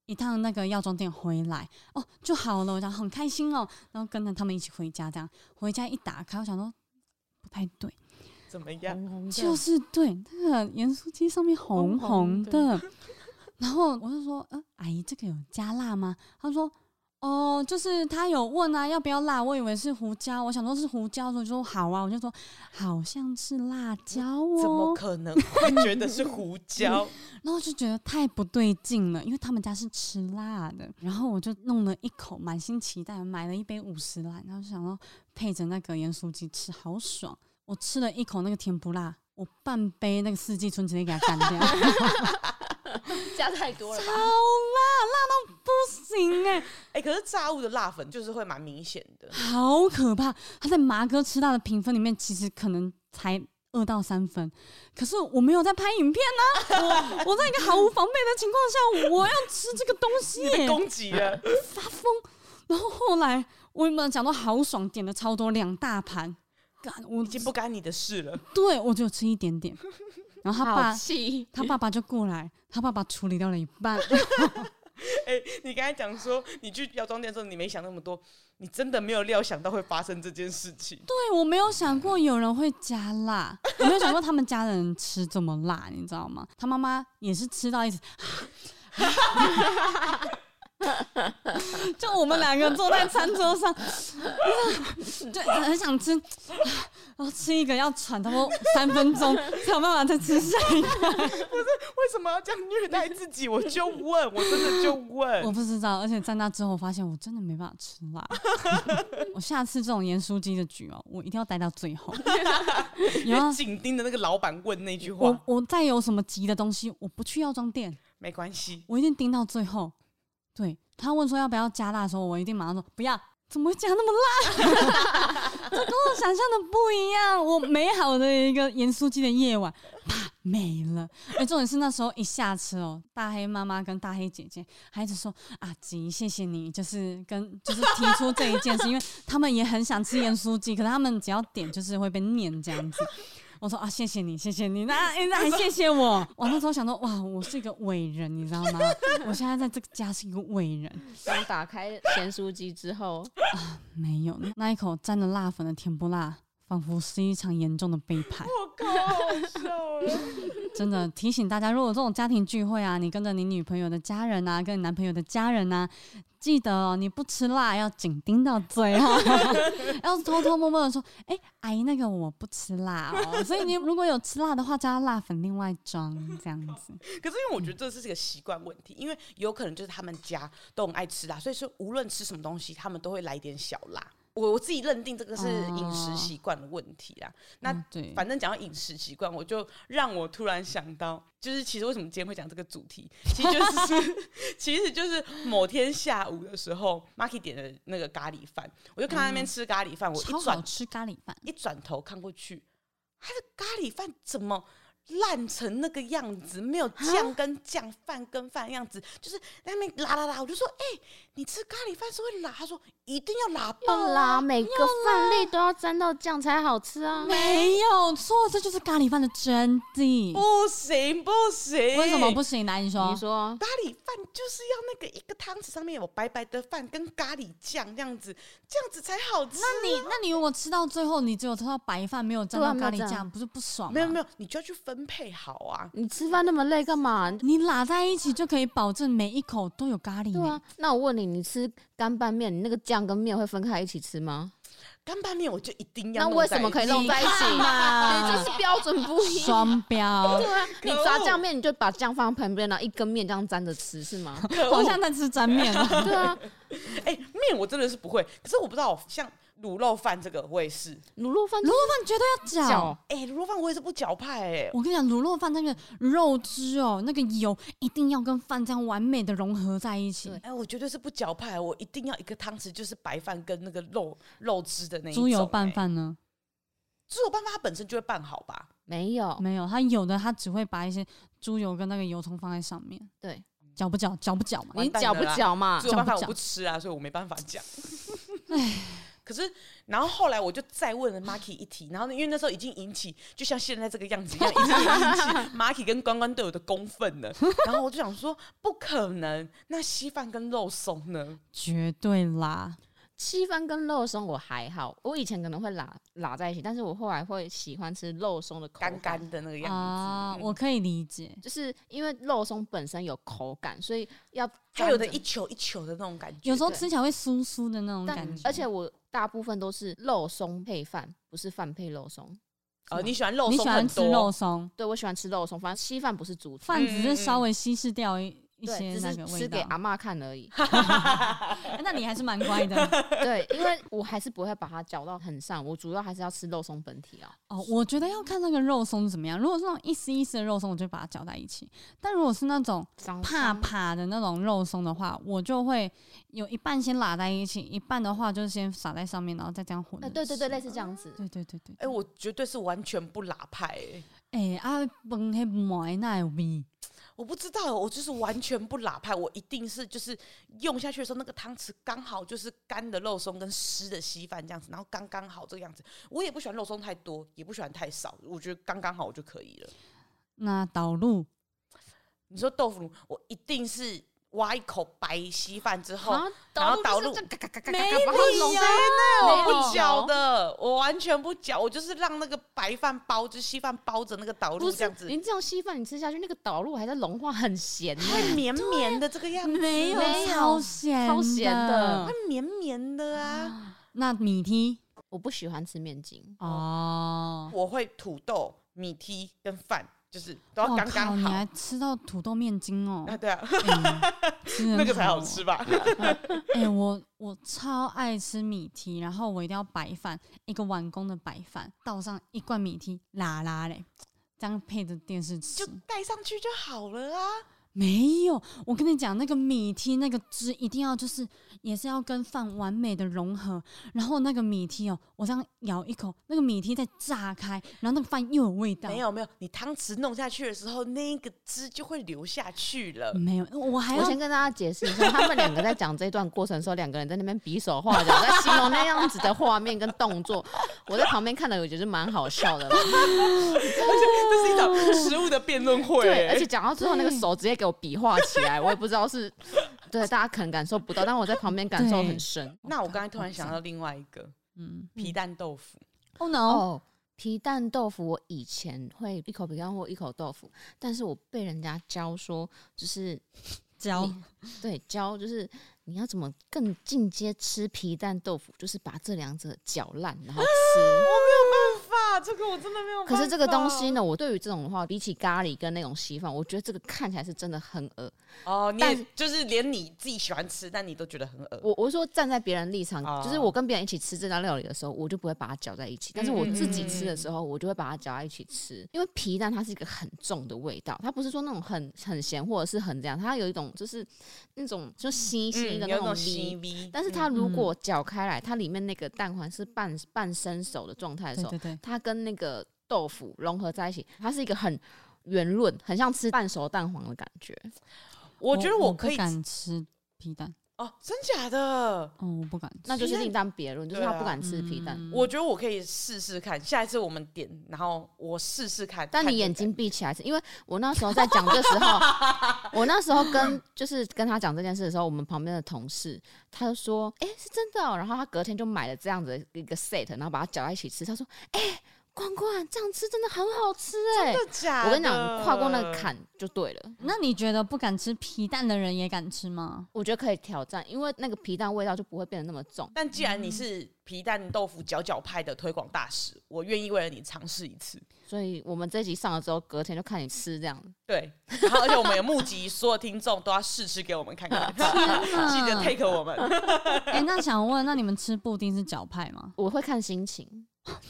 Speaker 1: 一趟那个药妆店回来，哦就好了，然后很开心哦，然后跟着他们一起回家，这样回家一打开，我想说不太对，
Speaker 2: 怎么样？
Speaker 1: 就是对那个盐酥鸡上面红红的，
Speaker 3: 红
Speaker 1: 然后我就说，呃，阿姨这个有加辣吗？他说。哦，就是他有问啊，要不要辣？我以为是胡椒，我想说是胡椒，所以我就说好啊，我就说好像是辣椒哦。嗯
Speaker 2: 怎么可能会觉得是胡椒？
Speaker 1: 然后就觉得太不对劲了，因为他们家是吃辣的，然后我就弄了一口，满心期待，买了一杯五十兰，然后就想说配着那个盐酥鸡吃，好爽。我吃了一口那个甜不辣，我半杯那个四季春直接给它干掉，超
Speaker 3: 加太多了
Speaker 1: 辣，辣？到不行哎、
Speaker 2: 哎、可是炸物的辣粉就是会蛮明显 的，
Speaker 1: 好可怕！他在麻哥吃辣的评分里面，其实可能才二到三分，可是我没有在拍影片呢、我我在一个毫无防备的情况下，我要吃这个东西、欸
Speaker 2: 你
Speaker 1: 耶
Speaker 2: 被攻击了，
Speaker 1: 发疯。然后后来我原本讲到好爽，点了超多两大盘，干我
Speaker 2: 已经不干你的事了。
Speaker 1: 对我只有吃一点点。然后他
Speaker 3: 好
Speaker 1: 爸
Speaker 3: 气！
Speaker 1: 他爸爸就过来，他爸爸处理掉了一半。
Speaker 2: 哎、你刚才讲说你去药妆店的时候，你没想那么多，你真的没有料想到会发生这件事情。
Speaker 1: 对哎我没有想过有人会加辣，我没有想过他们家人吃这么辣，你知道吗？他妈妈也是吃到一直。就我们两个坐在餐桌上，就很想吃，然后吃一个要喘差不多三分钟，才有办法再吃下一个。
Speaker 2: 为什么要这样虐待自己？我就问，我真的就
Speaker 1: 我
Speaker 2: 问。
Speaker 1: 不知道，而且在那之后，我发现我真的没办法吃辣。 我下次这种盐酥鸡的局哦，我一定要待到最后。 然后
Speaker 2: 紧盯着那个老板问那句
Speaker 1: 我
Speaker 2: 话，
Speaker 1: 我再有什么急的东西，我不去药妆店，
Speaker 2: 没关系，
Speaker 1: 我一定盯到最后。对他问说要不要加辣的时候，我一定马上说不要。怎么会加那么辣？ 这跟我想象的不一样。我美好的一个盐酥鸡的夜晚，啪没了。而重点是那时候一下车哦，大黑妈妈跟大黑姐姐还一直说啊，吉，谢谢你，就是跟 就是提出这一件事，因为他们也很想吃盐酥鸡，可是他们只要点就是会被念这样子。我说啊，谢谢你，谢谢你，那、哎那还谢谢我。我那时候想说，哇，我是一个伟人，你知道吗？ 我现在在这个家是一个伟人。
Speaker 3: 刚打开咸酥鸡之后，
Speaker 1: 没有，那一口沾了辣粉的甜不辣，仿佛是一场严重的背叛。
Speaker 2: 我靠，好笑哦了。
Speaker 1: 真的提醒大家，如果这种家庭聚会啊，你跟着你女朋友的家人啊，跟你男朋友的家人啊，记得哦，你不吃辣要紧盯到最后， 要偷偷摸摸的说，哎、阿姨，那个我不吃辣哦，所以你如果有吃辣的话，加辣粉另外装这样子。
Speaker 2: 可是因为我觉得这是个习惯问题，因为有可能就是他们家都很爱吃辣，所以说无论吃什么东西，他们都会来一点小辣。我我自己认定这个是饮食
Speaker 1: 哦
Speaker 2: 习惯的问题啦。那
Speaker 1: 嗯对，
Speaker 2: 反正讲到饮食习惯，我就让我突然想到，就是其实为什么今天会讲这个主题，其实就是 其实就是某天下午的时候 m a k i 点的那个咖喱饭，我就看他那边吃咖喱饭，我
Speaker 1: 嗯超
Speaker 2: 一
Speaker 1: 好
Speaker 2: 转
Speaker 1: 吃咖喱饭，
Speaker 2: 一转头看过去，他的咖喱饭怎么？烂成那个样子，没有
Speaker 1: 啊
Speaker 2: 酱跟酱，饭跟饭的样子，就是在那边拉拉拉。我就说，哎、你吃咖喱饭是会拉？他说一定要拉爆、
Speaker 3: 要
Speaker 2: 啊，
Speaker 3: 啦，每个饭类都要沾到酱才好吃啊。
Speaker 1: 没有错，这就是咖喱饭的真谛。
Speaker 2: 不行不行，
Speaker 1: 为什么不行？来，你说
Speaker 3: 你，说
Speaker 2: 咖喱饭就是要那个一个汤匙上面有白白的饭跟咖喱酱这样子，这样子才好吃。
Speaker 1: 那你那你如果吃到最后，你只有吃到白饭，没有沾
Speaker 3: 对啊
Speaker 1: 到咖
Speaker 3: 没有
Speaker 1: 喱
Speaker 3: 沾
Speaker 1: 酱，不是不爽吗？
Speaker 2: 没有没有，你就要去分配好啊。
Speaker 3: 你吃饭那么累干嘛？
Speaker 1: 你拉在一起就可以保证每一口都有咖喱
Speaker 3: 对
Speaker 1: 呢。
Speaker 3: 啊，那我问你，你吃干拌面，你那个酱跟面会分开一起吃吗？干
Speaker 2: 干拌面我就一定要
Speaker 3: 那
Speaker 2: 弄
Speaker 3: 为
Speaker 2: 在
Speaker 3: 什么
Speaker 2: 一
Speaker 3: 可以
Speaker 2: 起
Speaker 3: 弄在一起？
Speaker 1: 你看嘛
Speaker 3: 你就是标准不一样。
Speaker 1: 双 标，
Speaker 3: 对啊，你
Speaker 2: 可
Speaker 3: 炸
Speaker 2: 恶
Speaker 3: 酱面，你就把酱放旁边，然后一根面这样沾着吃，是 吗？
Speaker 1: 好 像在吃沾面啊。
Speaker 3: 对啊，
Speaker 2: 哎、面我真的是不会，可是我不知道像卤肉饭这个我也是，
Speaker 3: 卤肉饭
Speaker 1: 卤肉饭绝对要搅
Speaker 3: 饺。，
Speaker 2: 哎、卤肉饭我也是不搅派哎、
Speaker 1: 我跟你讲，卤肉饭那个肉汁哦，那个油一定要跟饭这样完美的融合在一起
Speaker 3: 对。
Speaker 2: 哎、我绝对是不搅派，我一定要一个汤匙，就是白饭跟那个肉肉汁的那一种、
Speaker 1: 猪油拌
Speaker 2: 哎，
Speaker 1: 饭呢？
Speaker 2: 猪油拌饭它本身就会拌好吧？
Speaker 3: 没有，
Speaker 1: 没有，它有的它只会把一些猪油跟那个油葱放在上面。
Speaker 3: 对，
Speaker 1: 搅不搅？搅不搅嘛？
Speaker 2: 完
Speaker 3: 你
Speaker 2: 蛋
Speaker 3: 搅
Speaker 2: 了
Speaker 3: 不
Speaker 2: 啦
Speaker 3: 搅嘛
Speaker 2: 猪？油拌饭
Speaker 1: 讲不讲
Speaker 2: 我不吃啊，所以我没办法 讲。可是，然后后来我就再问了 Marky 一题，然后呢因为那时候已经引起，就像现在这个样子一样，已经 引起 Marky 跟关关对我的公愤了。然后我就想说，不可能，那稀饭跟肉松呢？
Speaker 1: 绝对啦！
Speaker 3: 稀饭跟肉松我还好，我以前可能会拉拉在一起，但是我后来会喜欢吃肉松的口
Speaker 2: 干
Speaker 3: 感，
Speaker 2: 干的那个样子。
Speaker 1: 啊，
Speaker 2: 嗯
Speaker 1: 我可以理解。
Speaker 3: 就是因为肉松本身有口感，所以要
Speaker 2: 还有的
Speaker 3: 沾
Speaker 2: 一
Speaker 3: 着
Speaker 2: 球一球的那种感觉，
Speaker 1: 有时候
Speaker 3: 对
Speaker 1: 吃起来会酥酥的那种
Speaker 3: 但
Speaker 1: 感觉，
Speaker 3: 而且我大部分都是肉松配饭，不是饭配肉松。
Speaker 2: 呃，你喜欢肉
Speaker 1: 你
Speaker 2: 松
Speaker 1: 喜
Speaker 2: 很
Speaker 1: 欢吃肉
Speaker 2: 多，
Speaker 1: 松，
Speaker 3: 对我喜欢吃肉松，反正稀饭不是主菜，
Speaker 1: 饭只是稍微稀释掉一一些
Speaker 3: 嗯对，只
Speaker 1: 那
Speaker 3: 是
Speaker 1: 个味
Speaker 3: 吃啊给
Speaker 1: 道。
Speaker 3: 阿嬷看 而已。
Speaker 1: 哎那你还是蛮乖 的
Speaker 3: 对，因为我还是不会把它搅到很上，我主要还是要吃肉松本体啊。
Speaker 1: 哦。我觉得要看那个肉松是怎么样。如果是那种一丝一丝的肉松，我就把它搅在一起；但如果是那种
Speaker 3: 脏
Speaker 1: 怕
Speaker 3: 脏
Speaker 1: 怕的那种肉松的话，我就会有一半先拉在一起，一半的话就是先撒在上面，然后再这样混着
Speaker 3: 呃，
Speaker 1: 吃。
Speaker 3: 对对对，类似这样子。
Speaker 1: 对对对对。
Speaker 2: 哎、我绝对是完全不拉派、哎
Speaker 1: 哎、啊，饭迄糜那有味，
Speaker 2: 我不知道，我就是完全不拉派，我一定是就是用下去的时候，那个汤匙刚好就是干的肉松跟湿的稀饭这样子，然后刚刚好这个样子。我也不喜欢肉松太多，也不喜欢太少，我觉得刚刚好我就可以了。
Speaker 1: 那导入
Speaker 2: 你说豆腐乳，我一定是挖一口白稀饭之后，
Speaker 3: 啊
Speaker 2: 然后导
Speaker 3: 入
Speaker 2: 入
Speaker 3: 就是这样嘎嘎嘎嘎嘎
Speaker 2: 没
Speaker 3: 把它
Speaker 2: 理
Speaker 3: 弄
Speaker 2: 由
Speaker 3: 在
Speaker 2: 呢，我
Speaker 3: 没
Speaker 2: 不
Speaker 3: 理
Speaker 2: 搅
Speaker 3: 由
Speaker 2: 的，我完全不搅，我就是让那个白饭包着稀饭包着那个导入
Speaker 3: 不
Speaker 2: 这
Speaker 3: 是
Speaker 2: 样，子，
Speaker 3: 您这样稀饭你吃下去，那个导入还在融化，很咸呢。
Speaker 2: 会绵绵的这个样子，
Speaker 1: 没有
Speaker 3: 没有
Speaker 1: 超咸
Speaker 3: 超咸的
Speaker 2: 会绵绵的啊。
Speaker 1: 那米梯
Speaker 3: 我不喜欢吃面筋，
Speaker 1: 哦，
Speaker 2: 我会土豆、米梯跟饭，就是都要
Speaker 1: 哇
Speaker 3: 哦
Speaker 2: 哦刚
Speaker 1: 靠
Speaker 2: 刚
Speaker 1: 你
Speaker 2: 好。
Speaker 1: 还吃到土豆面筋 哦，
Speaker 2: 啊，对啊，
Speaker 1: 吃得
Speaker 2: 那个才好
Speaker 1: 哦
Speaker 2: 吃。吧？
Speaker 3: 嗯
Speaker 1: 哎、我我超爱吃米梯，然后我一定要白饭，一个碗公的白饭，倒上一罐米梯，啦啦嘞，这样配着电视吃
Speaker 2: 就。带上去就好了啊。
Speaker 1: 没有，我跟你讲，那个米梯那个汁一定要就是也是要跟饭完美的融合，然后那个米梯哦，我这样咬一口，那个米梯再炸开，然后那个饭又有味道。
Speaker 2: 没有没有，你汤匙弄下去的时候，那个汁就会流下去了。
Speaker 3: 嗯
Speaker 1: 没有，我还
Speaker 3: 我
Speaker 1: 要
Speaker 3: 先跟大家解释一下，他们两个在讲这段过程的时候，两个人在那边比手画脚，在形容那样子的画面跟动 作。我在旁边看了，我觉得蛮好笑的啦。
Speaker 2: 这是一场食物的辩论会
Speaker 3: 对，哎
Speaker 2: 欸，
Speaker 3: 而且讲到最后，那个手直接给我比划起来，我也不知道是，对大家可能感受不到，但我在旁边感受很深。
Speaker 2: 那我刚才突然想到另外一个
Speaker 1: 嗯
Speaker 2: 皮蛋豆腐，
Speaker 1: ，Oh no，
Speaker 3: 哦，皮蛋豆腐我以前会一口皮蛋或一口豆腐，但是我被人家教说，就是
Speaker 1: 嚼
Speaker 3: 你对教就是你要怎么更 进阶吃皮蛋豆腐，就是把这两者搅烂然后吃。
Speaker 2: 哇，法，这个我真的没有。
Speaker 3: 可是这个东西，呢，我对于这种的话，比起咖喱跟那种稀饭，我觉得这个看起来是真的很恶。
Speaker 2: 哦，你
Speaker 3: 但
Speaker 2: 也就是连你自己喜欢吃，但你都觉得很恶
Speaker 3: 我我说站在别人立场，
Speaker 2: 哦嗯
Speaker 3: 就是我跟别人一起吃这道料理的时候，我就不会把它搅在一起；但是我自己吃的时候，我就会把它搅在一起吃。因为皮蛋它是一个很重的味道，它不是说那种很很咸或者是很这样，它有一种就是那种就稀稀
Speaker 2: 嗯，有
Speaker 3: 的那
Speaker 2: 那
Speaker 3: 种
Speaker 2: 种嗯
Speaker 3: 泥。
Speaker 2: CV，
Speaker 3: 但是它如果搅开来，它里面那个蛋黄是半半生熟的状态的
Speaker 1: 对
Speaker 3: 时候，
Speaker 1: 对对，
Speaker 3: 它跟那个豆腐融合在一起，它是一个很圆润，很像吃半熟蛋黄的感觉。
Speaker 2: 我觉得
Speaker 1: 我
Speaker 2: 我可
Speaker 1: 不
Speaker 2: 以
Speaker 1: 敢吃皮蛋，
Speaker 2: 哦，真假的？
Speaker 1: 哦，我不敢吃。
Speaker 3: 那就是另当别论，就是他
Speaker 2: 对啊
Speaker 3: 不敢吃皮蛋。
Speaker 2: 我觉得我可以试试看，下一次我们点，然后我试试看。
Speaker 3: 但
Speaker 2: 看
Speaker 3: 你眼
Speaker 2: 这个
Speaker 3: 睛闭起来吃，因为我那时候在讲这时 候，我那时候跟就是跟他讲这件事的时候，我们旁边的同事他就说：“哎、是真的、哦。”然后他隔天就买了这样子的一个 set，然后把它搅在一起吃。他说：“哎、关关这样吃真的很好吃哎、
Speaker 2: 真的假的？嗯
Speaker 3: 我跟你讲，跨过那个坎就对了。
Speaker 1: 那你觉得不敢吃皮蛋的人也敢吃 吗？
Speaker 3: 我觉得可以挑战，因为那个皮蛋味道就不会变得那么重。
Speaker 2: 但既然你是皮蛋豆腐搅搅派的推广大
Speaker 3: 嗯
Speaker 2: 使，我愿意为了你尝试一次。
Speaker 3: 所以我们这集上了之后，隔天就看你吃这样。
Speaker 2: 对，然后而且我们也募集所有听众都要试吃给我们看 看，记得 take 我们。
Speaker 1: 哎、那想问，那你们吃布丁是脚派吗？
Speaker 3: 我会看心情，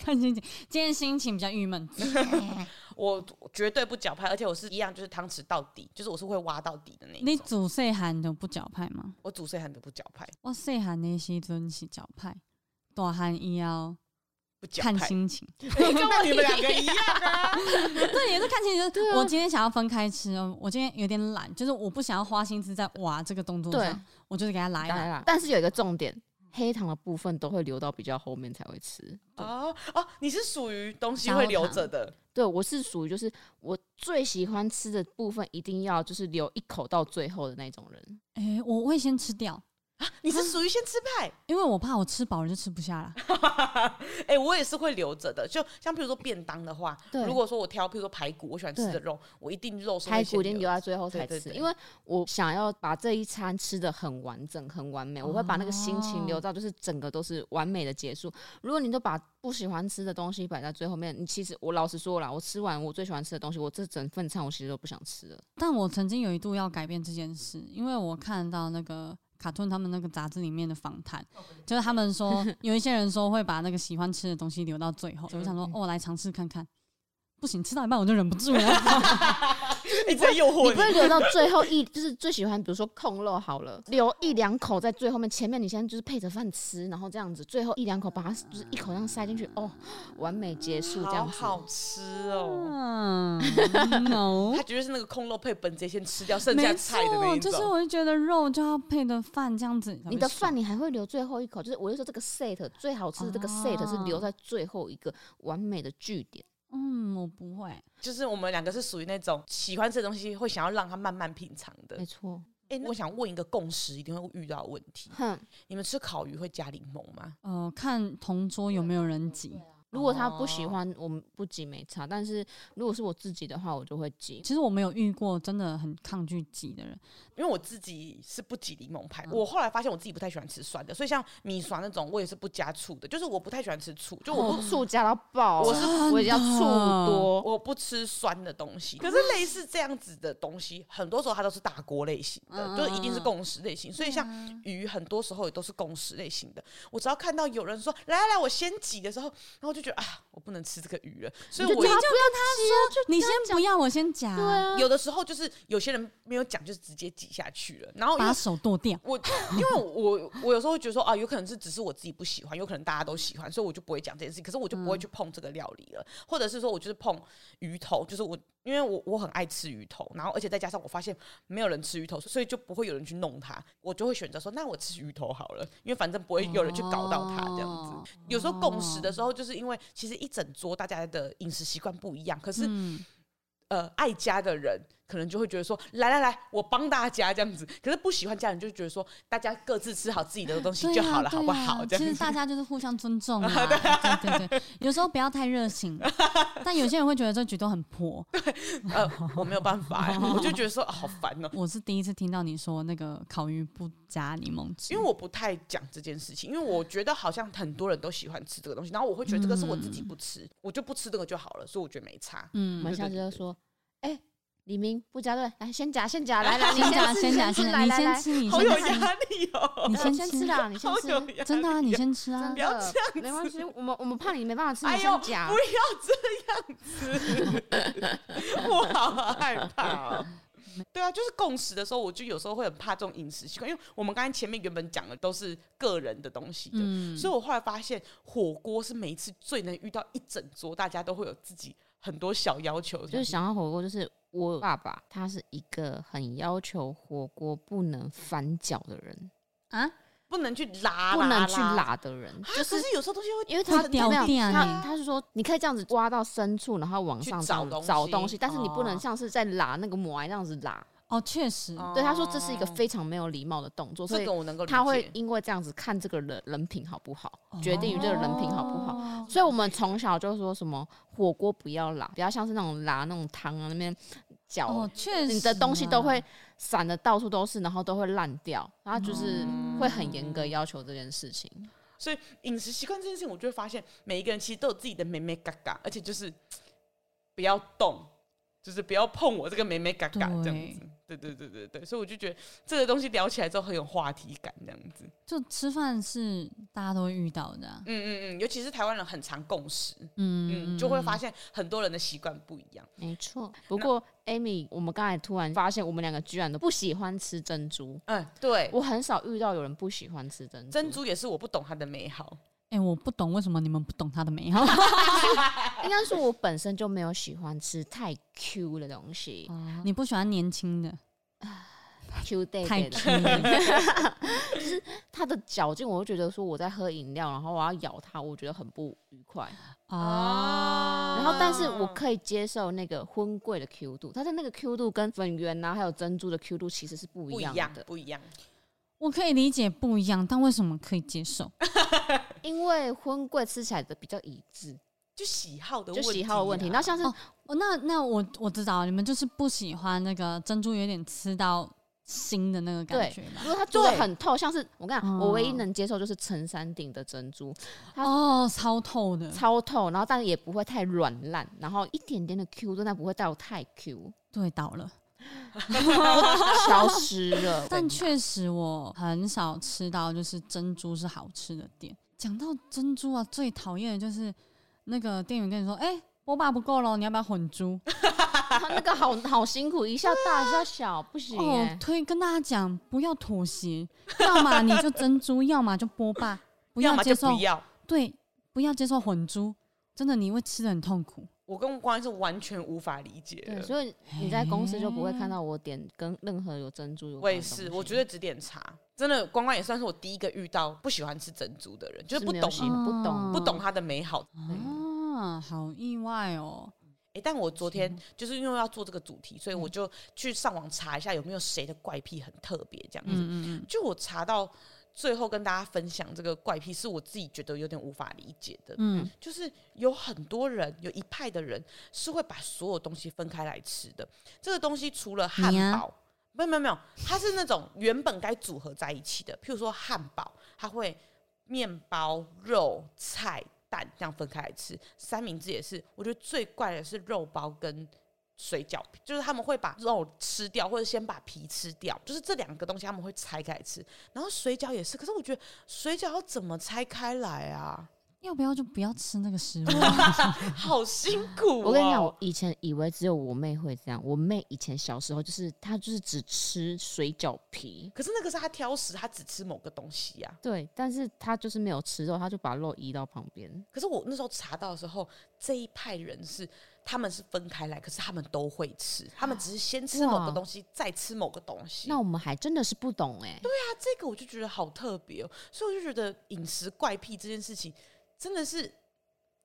Speaker 1: 看心情，今天心情比较郁闷。
Speaker 2: 我绝对不搅派，而且我是一样，就是汤匙到底，就是我是会挖到底的那一
Speaker 1: 你
Speaker 2: 种。
Speaker 1: 煮细汉就不脚派吗？
Speaker 2: 我煮岁很都不搅派，
Speaker 1: 我细汉那时阵是脚派，大汉以要
Speaker 2: 不搅
Speaker 1: 看
Speaker 2: 派。
Speaker 1: 心情。
Speaker 2: 你跟 我你们两个一样 啊！
Speaker 1: 对，也是看心情。就是我今天想要分开吃，哦，我今天有点懒，就是我不想要花心思在哇这个动作
Speaker 3: 对
Speaker 1: 上，我就是给它来
Speaker 3: 当然
Speaker 1: 来。
Speaker 3: 啦。但是有一个重点，黑糖的部分都会留到比较后面才会吃。
Speaker 2: 哦哦，你是属于东西会留着的，
Speaker 3: 对我是属于就是我最喜欢吃的部分，一定要就是留一口到最后的那种人。
Speaker 1: 哎、我会先吃掉，
Speaker 2: 你是属于先吃 派。
Speaker 1: 因为我怕我吃饱了就吃不下了。
Speaker 2: 哎、我也是会留着的。就像比如说便当的话，
Speaker 3: 对
Speaker 2: 如果说我挑，譬如说排骨，我喜欢吃的
Speaker 3: 对
Speaker 2: 肉，我一定肉是会
Speaker 3: 排
Speaker 2: 先
Speaker 3: 骨一啊定留
Speaker 2: 着
Speaker 3: 在最后才吃，
Speaker 2: 对对对
Speaker 3: 因为我想要把这一餐吃的很完整、很完美，我会把那个心情
Speaker 2: 哦
Speaker 3: 留到就是整个都是完美的结束。如果你都把不喜欢吃的东西摆在最后面，你其实我老实说啦，我吃完我最喜欢吃的东西，我这整份餐我其实都不想吃了。
Speaker 1: 但我曾经有一度要改变这件事，因为我看到那个卡顿他们那个杂志里面的访谈，
Speaker 2: 哦
Speaker 1: 就是他们说有一些人说会把那个喜欢吃的东西留到最后，我就想
Speaker 2: 嗯
Speaker 1: 说，哦，我来尝试看看。不行，吃到一半我就忍不住了。
Speaker 2: 你在诱惑
Speaker 3: 你不会留到最后一，就是最喜欢，比如说控肉好了，留一两口在最后面，前面你先就是配着饭吃，然后这样子，最后一两口把它就是一口这样塞进去，哦，完美结束这
Speaker 2: 好
Speaker 3: 样子。
Speaker 2: 好吃哦。
Speaker 1: 嗯，no，
Speaker 2: 它绝对是那个空肉配本子先吃掉 剩下
Speaker 1: 没
Speaker 2: 菜的那
Speaker 1: 错，
Speaker 2: 一
Speaker 1: 就是
Speaker 2: 种。
Speaker 1: 我就觉得肉就要配的饭这样子。
Speaker 3: 你的饭你还会留最后一口，就是我就说这个 set 最好吃的这个 set 是
Speaker 2: 哦
Speaker 3: 留在最后一个完美的据点。
Speaker 1: 嗯，我不会。
Speaker 2: 就是我们两个是属于那种喜欢这东西会想要让它慢慢品尝的。
Speaker 3: 没错，
Speaker 2: 哎、那我想问一个共识一定会遇到的问题：
Speaker 3: 哼，
Speaker 2: 你们吃烤鱼会加柠檬吗？
Speaker 1: 呃，看同桌有没有人挤。
Speaker 2: 啊
Speaker 3: 如果他不喜
Speaker 2: 哦
Speaker 3: 欢，我们不挤没差，但是如果是我自己的话，我就会挤。
Speaker 1: 其实我没有遇过真的很抗拒挤的人。
Speaker 2: 因为我自己是不挤柠檬派，我后来发现我自己不太喜欢吃酸的，所以像米酸那种我也是不加醋的，就是我不太喜欢吃醋，就我
Speaker 3: 我
Speaker 2: 不
Speaker 3: 不哦醋加到爆，
Speaker 2: 我
Speaker 3: 我
Speaker 2: 是
Speaker 3: 是我也要醋多，
Speaker 2: 我不吃酸的东西，可是类似这样子的东西，很多时候它都是大锅类型的，
Speaker 1: 嗯
Speaker 2: 就是一定是共识类型。所以像鱼，很多时候也都是共识类型的。我只要看到有人说来来来，我先挤的时候，然后我就觉得啊，我不能吃这个鱼了。所以
Speaker 3: 就
Speaker 2: 我
Speaker 3: 叫
Speaker 2: 一
Speaker 3: 他不要
Speaker 1: 你先不要，我先夹，
Speaker 3: 啊
Speaker 2: 有的时候就是有些人没有讲，就直接挤下去了。然后因为
Speaker 1: 把手剁掉。
Speaker 2: 我因为我我有时候会觉得说啊，有可能是只是我自己不喜欢，有可能大家都喜欢，所以我就不会讲这件事情。可是我就不会去碰这个料理了，或者是说我就是碰鱼头，就是我因为我我很爱吃鱼头，然后而且再加上我发现没有人吃鱼头，所以就不会有人去弄它，我就会选择说那我吃鱼头好了，因为反正不会有人去搞到它这样子。
Speaker 1: 哦
Speaker 2: 有时候共识的时候，就是因为其实一整桌大家的饮食习惯不一样，可是、
Speaker 1: 嗯
Speaker 2: 呃爱家的人可能就会觉得说，来来来，我帮大家这样子。可是不喜欢家人就觉得说，大家各自吃好自己的东西
Speaker 1: 对
Speaker 2: 就
Speaker 1: 呀
Speaker 2: 好了，好
Speaker 1: 对
Speaker 2: 不
Speaker 1: 呀
Speaker 2: 好？这
Speaker 1: 其
Speaker 2: 样
Speaker 1: 实
Speaker 2: 子。
Speaker 1: 大家就是互相尊重 啊，对对对，有时候不要太热情，啊但有些人会觉得这举动很婆。
Speaker 2: 呃，我没有办法、欸，我就觉得说、啊好烦哦、
Speaker 1: 我是第一次听到你说那个烤鱼不加柠檬汁，
Speaker 2: 因为我不太讲这件事情，因为我觉得好像很多人都喜欢吃这个东西，然后我会觉得这个是我自己不吃，我就不吃这个就好了，所以我觉得没差。
Speaker 3: 我
Speaker 1: 嗯，
Speaker 3: 们
Speaker 2: 对
Speaker 3: 下
Speaker 2: 对
Speaker 3: 次
Speaker 2: 对
Speaker 3: 就
Speaker 2: 对
Speaker 3: 说，哎、李明不加对，来先夹先夹， 来来，你
Speaker 1: 先讲
Speaker 3: 吃
Speaker 1: 先讲
Speaker 3: 吃
Speaker 1: 先讲，
Speaker 3: 来
Speaker 1: 你
Speaker 3: 来
Speaker 1: 先
Speaker 3: 来
Speaker 1: 吃，你
Speaker 2: 好有
Speaker 1: 先吃，
Speaker 2: 压力哦、
Speaker 1: 你
Speaker 3: 呃
Speaker 1: 先
Speaker 3: 吃
Speaker 1: 吃，
Speaker 3: 啦，你先
Speaker 2: 好
Speaker 3: 吃，
Speaker 2: 有压力，
Speaker 1: 真的啊，你先吃啊
Speaker 3: 真
Speaker 2: 不要
Speaker 3: 的
Speaker 2: 这样，
Speaker 3: 没关系，我们我们怕你没办法吃，
Speaker 2: 哎
Speaker 3: 你
Speaker 2: 呦，
Speaker 3: 先
Speaker 2: 不
Speaker 3: 夹。
Speaker 2: 要这样子，我好害怕、哦。对啊，就是共识的时候，我就有时候会很怕这种饮食习惯，因为我们刚才前面原本讲的都是个人的东西的，
Speaker 1: 嗯，
Speaker 2: 所以我后来发现火锅是每一次最能遇到一整桌，大家都会有自己很多小要求，
Speaker 3: 就是想要火锅，就是我爸爸，他是一个很要求火锅不能翻搅的人，
Speaker 1: 啊，
Speaker 2: 不能去拉，
Speaker 3: 不能去
Speaker 2: 拉。
Speaker 3: 拉的人，
Speaker 2: 就
Speaker 3: 就是
Speaker 2: 啊是有时候东西会
Speaker 3: 因为
Speaker 1: 它
Speaker 3: 他
Speaker 2: 很
Speaker 1: 掉
Speaker 3: 没有
Speaker 1: 电
Speaker 3: 他
Speaker 1: 欸
Speaker 3: 他是说你可以这样子挖到深处，然后往上
Speaker 2: 去
Speaker 3: 这
Speaker 2: 找
Speaker 3: 样
Speaker 2: 东西
Speaker 3: 找东西，但是你不能
Speaker 1: 哦
Speaker 3: 像是在拉那个膜那样子拉。
Speaker 1: 哦，确实，
Speaker 3: 对，他说这是一个
Speaker 2: 哦
Speaker 3: 非常没有礼貌的动作，所
Speaker 2: 这
Speaker 3: 以
Speaker 2: 个我能够理解
Speaker 3: 他会因为这样子看这个人人品好不好，
Speaker 1: 哦
Speaker 3: 决定于这个人品好不好。
Speaker 1: 好
Speaker 3: 所以我们从小就说什么火锅不要拉，不要像是那种拉那种汤啊那边搅
Speaker 1: 哦，确实啊，
Speaker 3: 你的东西都会散的到处都是，然后都会烂掉，然后就是
Speaker 2: 嗯
Speaker 3: 会很严格要求这件事情。
Speaker 2: 所以饮食习惯这件事情，我就会发现每一个人其实都有自己的美美嘎嘎，而且就是嘖不要动，就是不要碰我这个美美嘎嘎
Speaker 1: 对
Speaker 2: 这样子。对对对对对，所以我就觉得这个东西聊起来之后很有话题感，这样子。
Speaker 1: 就吃饭是大家都会遇到的啊，
Speaker 2: 嗯嗯嗯，尤其是台湾人很常共识，
Speaker 1: 嗯
Speaker 2: 嗯，就会发现很多人的习惯不一样。嗯
Speaker 3: 没错。不过 Amy，我们刚才突然发现，我们两个居然都不喜欢吃珍珠。
Speaker 2: 嗯，对，
Speaker 3: 我很少遇到有人不喜欢吃珍珠。
Speaker 2: 珍珠也是我不懂它的美好。
Speaker 1: 哎、我不懂为什么你们不懂它的美 好。
Speaker 3: 应该说，我本身就没有喜欢吃太 Q 的东西、
Speaker 1: 你不喜欢年轻的，
Speaker 3: q day
Speaker 1: 哦太
Speaker 3: day 的，
Speaker 1: Q 了。
Speaker 3: 它的嚼劲，我会觉得说我在喝饮料，然后我要咬它，我觉得很不愉快。
Speaker 1: 哦，
Speaker 3: 然后，但是
Speaker 2: 啊
Speaker 3: 我可以接受那个荤贵的 Q 度，它的那个 Q 度跟粉圆啊呐、还有珍珠的 Q 度其实是不
Speaker 2: 不
Speaker 3: 一
Speaker 2: 一
Speaker 3: 样
Speaker 2: 样
Speaker 3: 的，，
Speaker 2: 不一样。
Speaker 1: 我可以理解不一样，但为什么可以接受？
Speaker 3: 因为荤贵吃起来的比较一致，
Speaker 2: 就喜好的
Speaker 3: 就
Speaker 2: 问题啊，
Speaker 3: 喜好的问题。然后像是
Speaker 1: 哦 哦，那那我我知道了，你们就是不喜欢那个珍珠有点吃到心的那个感觉吧
Speaker 3: 如？果它做的
Speaker 2: 对
Speaker 3: 很透，像是我跟你讲，我唯一
Speaker 1: 嗯
Speaker 3: 能接受就是陈山顶的珍珠，它
Speaker 1: 哦，超透
Speaker 2: 嗯
Speaker 1: 的，
Speaker 3: 超透，然后但也不会太软烂，然后一点点的 Q 度，但不会到太 Q，
Speaker 1: 对，倒了。
Speaker 3: 消失了。
Speaker 1: 但确实我很少吃到就是珍珠是好吃的店。讲到珍珠啊，最讨厌的就是那个店员跟你说：“哎、波霸不够咯，你要不要混珠
Speaker 3: 他那个好好辛苦，一下大一下小，不？”行、
Speaker 1: 哦
Speaker 3: 欸，。
Speaker 1: 推跟大家讲，不要妥协，要么你就珍 珠，要么就波霸，不
Speaker 2: 要么
Speaker 1: 接
Speaker 2: 就
Speaker 1: 受
Speaker 2: 不要。
Speaker 1: 对，不要接受混珠，真的你会吃的很痛苦。
Speaker 2: 我跟关是完全无法理解
Speaker 3: 对，
Speaker 2: 的。
Speaker 3: 所以你在公司就不会看到我点跟任何有珍珠有
Speaker 2: 我
Speaker 3: 关
Speaker 2: 也
Speaker 3: 的东西。
Speaker 2: 是，我觉得只点茶，真的关关也算是我第一个遇到不喜欢吃珍珠的人，就是
Speaker 3: 是
Speaker 2: 不
Speaker 3: 没有
Speaker 2: 懂
Speaker 3: 喜欢不懂
Speaker 1: 嗯
Speaker 2: 不懂它的美好。
Speaker 1: 啊，好意外哦！
Speaker 2: 诶，但我昨天就是因为要做这个主题，所以我就去上网查一下有没有谁的怪癖很特别这样子。
Speaker 1: 嗯嗯
Speaker 2: 就我查到最后跟大家分享这个怪癖，是我自己觉得有点无法理解的。
Speaker 1: 嗯嗯，
Speaker 2: 就是有很多人，有一派的人是会把所有东西分开来吃的。这个东西除了汉
Speaker 1: 你啊
Speaker 2: 堡，没有没有没有，它是那种原本该组合在一起的。譬如说汉堡，它会面包、肉、菜、蛋这样分开来吃。三明治也是，我觉得最怪的是肉包跟。水饺就是他们会把肉吃掉，或者先把皮吃掉，就是这两个东西他们会拆开来吃。然后水饺也是，可是我觉得水饺要怎么拆开来啊？
Speaker 1: 要不要就不要吃那个食物？啊
Speaker 2: 好辛苦、哦！
Speaker 3: 我跟你讲，我以前以为只有我妹会这样。我妹以前小时候就是她就是只吃水饺皮，
Speaker 2: 可是那个是他挑食，他只吃某个东西啊呀、
Speaker 3: 对，但是她就是没有吃肉，她就把肉移到旁边。
Speaker 2: 可是我那时候查到的时候，这一派人是他们是分开来，可是他们都会吃，他们只是先吃某个
Speaker 3: 哇
Speaker 2: 东西，再吃某个东西。
Speaker 3: 那我们还真的是不懂哎、
Speaker 2: 那这个我就觉得好特别哦，所以我就觉得饮食怪癖这件事情真的是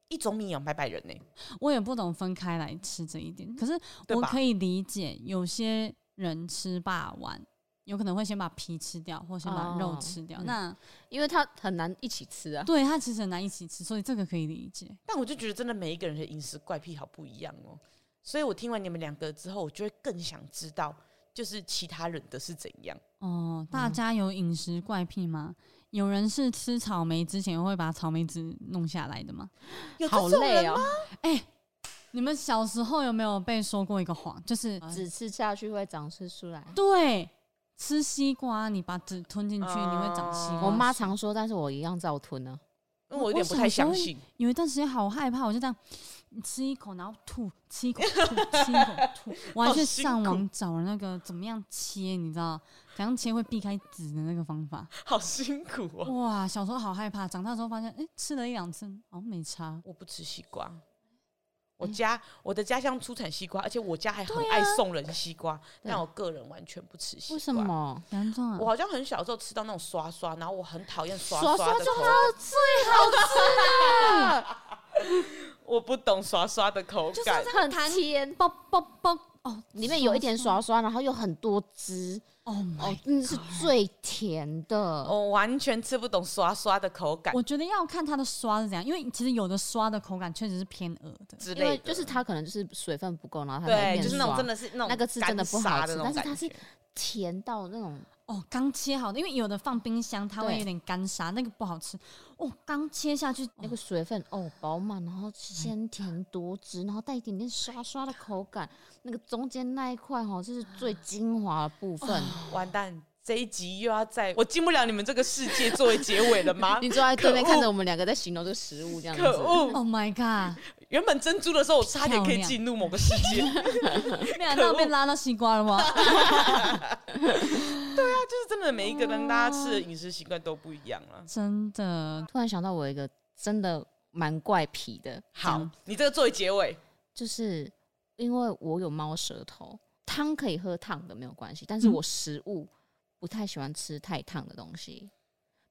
Speaker 2: 一种米养百百人欸呢、
Speaker 1: 我也不懂分开来吃这一点。可是
Speaker 2: 对
Speaker 1: 我
Speaker 2: 吧
Speaker 1: 可以理解，有些人吃霸王，有可能会先把皮吃掉，或先把肉
Speaker 3: 哦
Speaker 1: 吃掉。
Speaker 3: 嗯
Speaker 1: 那
Speaker 3: 因为它很难一起吃啊。
Speaker 1: 对它其实很难一起吃，所以这个可以理解。
Speaker 2: 但我就觉得真的每一个人的饮食怪癖好不一样哦。所以我听完你们两个之后，我就会更想知道，就是其他人的是怎样。
Speaker 1: 哦，大家有饮食怪癖吗？有人是吃草莓之前会把草莓籽弄下来的吗？
Speaker 2: 有这
Speaker 3: 好
Speaker 2: 种
Speaker 3: 累
Speaker 2: 人
Speaker 3: 哦
Speaker 2: 吗？，
Speaker 1: 你们小时候有没有被说过一个谎，啊就是
Speaker 3: 只吃下去会长吃出来。
Speaker 1: 对吃西瓜，你把籽吞进去，你会长西瓜
Speaker 2: 哦
Speaker 1: 树。
Speaker 3: 我妈常说，但是我一样照吞啊。
Speaker 2: 因为我有
Speaker 1: 我
Speaker 2: 点不太
Speaker 1: 小时候
Speaker 2: 相信。
Speaker 1: 有一段时间好害怕，我就这样吃一口，然后吐，吃一口吐，吃一口吐。我还去上网找那个怎么样切，你知道怎样切会避开籽的那个方法。
Speaker 2: 好辛苦哦！
Speaker 1: 哇，小时候好害怕，长大之后发现，哎、吃了一两次好像没差。
Speaker 2: 我不吃西瓜，
Speaker 3: 嗯
Speaker 2: 我家、我的家乡出产西瓜，而且我家还很爱送人西瓜，
Speaker 3: 啊对
Speaker 2: 但我个人完全不吃西瓜。
Speaker 3: 为什？么？
Speaker 1: 严重啊
Speaker 2: 我！好像很小的时候吃到那种刷刷，然后我很讨厌刷
Speaker 3: 刷
Speaker 2: 刷
Speaker 3: 刷
Speaker 2: 的
Speaker 3: 就
Speaker 2: 口
Speaker 3: 好
Speaker 2: 感，
Speaker 3: 最好
Speaker 2: 我不懂刷刷的口感。
Speaker 3: 吃，很甜，
Speaker 1: 爆爆爆！哦，
Speaker 3: 里面有一点耍刷，然后又很多汁，
Speaker 1: 哦
Speaker 3: 哦
Speaker 2: 哎
Speaker 1: my，，
Speaker 3: 嗯，是最甜的。
Speaker 2: 我完全吃不懂刷刷的口感
Speaker 1: 我觉得要看它的刷是怎样，因为其实有的刷的口感确实是偏恶的。
Speaker 2: 之
Speaker 3: 因为
Speaker 2: 类的，
Speaker 3: 就是它可能就是水分不够，然后它在里
Speaker 2: 对，
Speaker 3: 面
Speaker 2: 就是那种
Speaker 3: 刷
Speaker 2: 真的是那种
Speaker 3: 那个是真的不好
Speaker 2: 干沙
Speaker 3: 吃
Speaker 2: 的那种
Speaker 3: 但是它是
Speaker 2: 感觉
Speaker 3: 甜到那种
Speaker 1: 哦，刚切好的，因为有的放冰箱，它会
Speaker 3: 对
Speaker 1: 有点干沙，那个不好吃。哦，刚切下去，
Speaker 3: 那个水分哦饱满，然后鲜甜多汁，然后带一点点刷刷的口感，那个中间那一块哈，这是最精华的部分。？
Speaker 2: 完蛋。这一集又要在我进不了你们这个世界作为结尾了吗
Speaker 3: 你坐在对面
Speaker 2: 可恶
Speaker 3: 看着我们两个在形容这个食物，这样子
Speaker 2: 啊可恶！
Speaker 1: Oh my god！
Speaker 2: 原本珍珠的时候，我差点可
Speaker 1: 漂
Speaker 2: 以
Speaker 1: 亮
Speaker 2: 进入某个世 界。
Speaker 1: 难道被拉到西瓜了吗？
Speaker 2: 就是真的每一个人大家吃的饮食习惯都不一样啊了。
Speaker 1: 真的，
Speaker 3: 突然想到我有一个真的蛮怪癖的，
Speaker 2: 好，你这个作为结尾，
Speaker 3: 就是因为我有猫舌头，汤可以喝烫的没有关系，但是
Speaker 1: 嗯
Speaker 3: 我食物不太喜欢吃太烫的东西。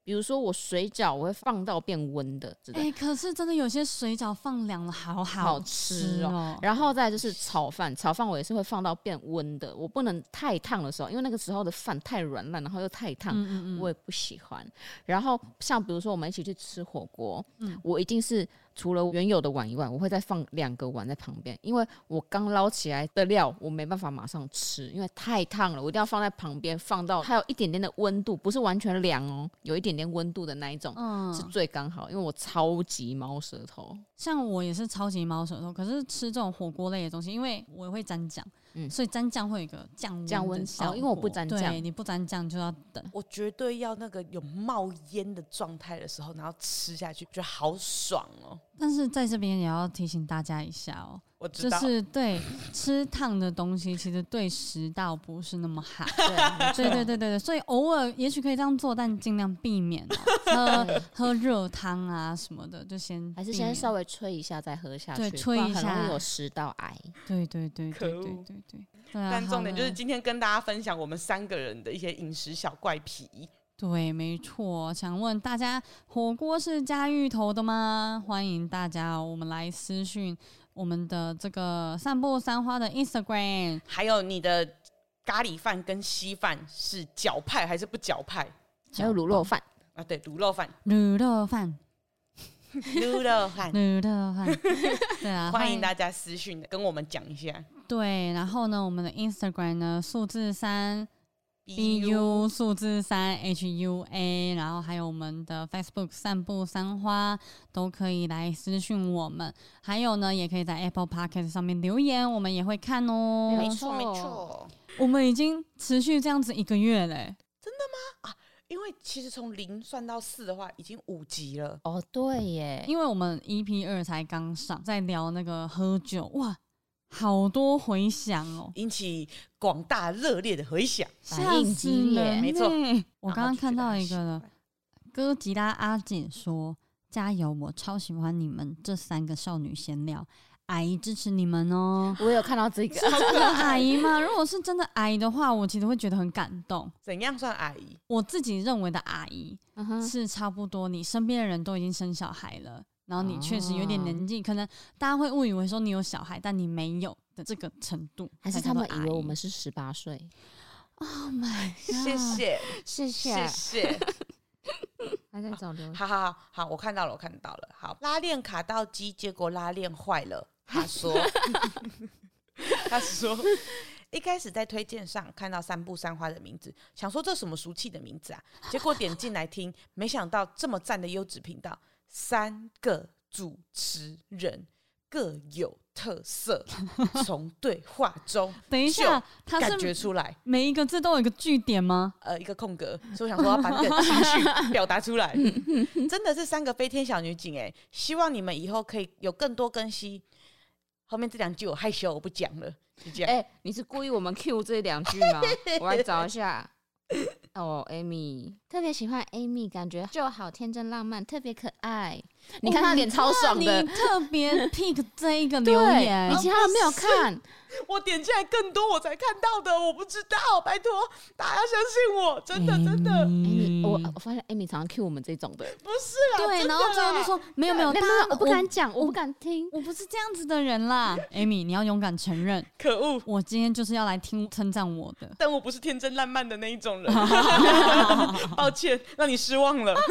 Speaker 3: 比如说，我水饺我会放到变温的，知道
Speaker 1: 哎、可是真的有些水饺放凉了，好
Speaker 3: 好
Speaker 1: 吃
Speaker 3: 吃
Speaker 1: 哦。
Speaker 3: 然后再就是炒饭，炒饭我也是会放到变温的，我不能太烫的时候，因为那个时候的饭太软烂，然后又太烫，
Speaker 1: 嗯嗯嗯，
Speaker 3: 我也不喜欢。然后像比如说我们一起去吃火锅，
Speaker 1: 嗯
Speaker 3: 我一定是除了原有的碗以外，我会再放两个碗在旁边，因为我刚捞起来的料我没办法马上吃，因为太烫了，我一定要放在旁边，放到还有一点点的温度，不是完全凉哦，有一点点温度的那一种。
Speaker 1: 嗯
Speaker 3: 是最刚好，因为我超级猫舌头，
Speaker 1: 像我也是超级猫舌头，可是吃这种火锅类的东西，因为我会沾酱，
Speaker 3: 嗯
Speaker 1: 所以沾酱会有一个降温
Speaker 3: 降温
Speaker 1: 的效果
Speaker 3: 哦因为我不沾酱
Speaker 1: 对你不沾酱就要等。
Speaker 2: 我绝对要那个有冒烟的状态的时候，然后吃下去，觉得好爽哦！
Speaker 1: 但是在这边也要提醒大家一下哦，
Speaker 2: 我知
Speaker 1: 就
Speaker 2: 道，
Speaker 1: 是对吃烫的东西，其实对食道不是那么好。
Speaker 3: 对
Speaker 1: 对对对对对，所以偶尔也许可以这样做，但尽量避免、哦、喝喝热汤啊什么的，就先
Speaker 3: 还是
Speaker 1: 避
Speaker 3: 先
Speaker 1: 免
Speaker 3: 稍微吹一下再喝下去，
Speaker 1: 对吹
Speaker 3: 不然
Speaker 1: 一
Speaker 3: 很容
Speaker 1: 下
Speaker 3: 易有食道癌。
Speaker 1: 对对对
Speaker 2: 可
Speaker 1: 对对
Speaker 2: 恶
Speaker 1: 对对对啊。
Speaker 2: 但重点
Speaker 1: 好
Speaker 2: 就是
Speaker 1: 了
Speaker 2: 今天跟大家分享我们三个人的一些饮食小怪癖。
Speaker 1: 对，没错。想问大家，火锅是加芋头的吗？欢迎大家哦，我们来私讯我们的这个散步三花的 Instagram。
Speaker 2: 还有你的咖喱饭跟稀饭是搅派还是不搅派
Speaker 3: 还有卤肉饭，
Speaker 2: 啊？对，卤肉 饭，
Speaker 1: 卤肉饭，
Speaker 2: 卤肉饭，
Speaker 1: 卤肉 饭，对啊，
Speaker 2: 欢迎
Speaker 1: 家。
Speaker 2: 大家私讯跟我们讲一下。
Speaker 1: 对，然后呢，我们的 Instagram 呢，数字三 B U 数字三 H U A，然后还有我们的 Facebook 散步三花都可以来私讯我们，还有呢，也可以在 Apple Podcast 上面留言，我们也会看哦。
Speaker 2: 没错没
Speaker 3: 没错
Speaker 2: 错。
Speaker 1: 我们已经持续这样子一个月嘞，
Speaker 2: 因为其实从零算到四的话，已经五级了。
Speaker 3: 哦，对耶，
Speaker 1: 因为我们 EP 二才刚上，在聊那个喝酒，哇，好多回响哦，
Speaker 2: 引起广大热烈的回响。
Speaker 1: 吓
Speaker 3: 反应
Speaker 1: 死
Speaker 3: 激烈
Speaker 1: 人
Speaker 2: 没错
Speaker 1: 嘞。我
Speaker 2: 然
Speaker 1: 刚刚
Speaker 2: 后就觉
Speaker 1: 看
Speaker 2: 得
Speaker 1: 到
Speaker 2: 很
Speaker 1: 一
Speaker 2: 喜
Speaker 1: 个了
Speaker 2: 欢，
Speaker 3: 嗯
Speaker 1: 哥吉拉阿姐说：“加油，我超喜欢你们这三个少女闲聊，阿姨支持你们 哦。”
Speaker 3: 我有看到这个，
Speaker 1: 真的阿姨吗？如果是真的阿姨的话，我其实会觉得很感动。
Speaker 2: 怎样算阿姨？
Speaker 1: 我自己认为的阿姨
Speaker 3: 嗯哼
Speaker 1: 是差不多，你身边的人都已经生小孩了，然后你确实有
Speaker 3: 哦
Speaker 1: 点年纪，可能大家会误以为说你有小孩，但你没有的这个程度，
Speaker 3: 还是
Speaker 1: 才叫
Speaker 3: 他
Speaker 1: 做
Speaker 3: 们以为
Speaker 1: 阿
Speaker 3: 我
Speaker 1: 姨
Speaker 3: 们是十八岁？
Speaker 1: ？Oh my，
Speaker 2: 谢
Speaker 1: 啊
Speaker 2: 谢，
Speaker 3: 谢
Speaker 2: 谢
Speaker 3: 谢，
Speaker 2: 谢。
Speaker 3: 还在找留
Speaker 2: 好好好好，我看到了，我看到了。好，拉链卡到机，结果拉链坏了。他说， 他说，一开始在推荐上看到三步三花的名字，想说这什么俗气的名字啊？结果点进来听，没想到这么赞的优质频道，三个主持人各有特色，从对话中
Speaker 1: 等一下， 他
Speaker 2: 感觉
Speaker 1: 是
Speaker 2: 出来。
Speaker 1: 每一个字都有一个句点吗？
Speaker 2: 呃一个空格，所以我想说要把你的情绪表达出来，真的是三个飞天小女警哎、希望你们以后可以有更多更新。后面这两句我害羞，我不讲了，就这样。
Speaker 3: 哎、你是故意我们 Q 这两句吗？我来找一下。哦，Amy 特别喜欢 Amy，感觉就好天真浪漫，特别可爱。你看他脸超爽
Speaker 1: 哦你
Speaker 3: 的，
Speaker 1: 特 别 pick 这一个留
Speaker 3: 对，啊
Speaker 1: 言
Speaker 3: 你，其他人没有看，
Speaker 2: 我点进来更多我才看到的，我不知道，拜托大家相信我，真的真的
Speaker 3: 嗯 Amy，我我发现 Amy 常常 Q 我们这种的，
Speaker 2: 不是啦。
Speaker 1: 对，
Speaker 2: 真的
Speaker 1: 然后最后
Speaker 2: 啦
Speaker 1: 就说没有没有，
Speaker 3: 啊没
Speaker 1: 大
Speaker 3: 有
Speaker 1: 家
Speaker 3: 我不嗯敢讲，我不敢听。
Speaker 1: 我不是这样子的人啦，Amy，你要勇敢承认，
Speaker 2: 可恶，
Speaker 1: 我今天就是要来听称赞我的。
Speaker 2: 但我不是天真烂漫的那一种 人，抱歉，让你失望了。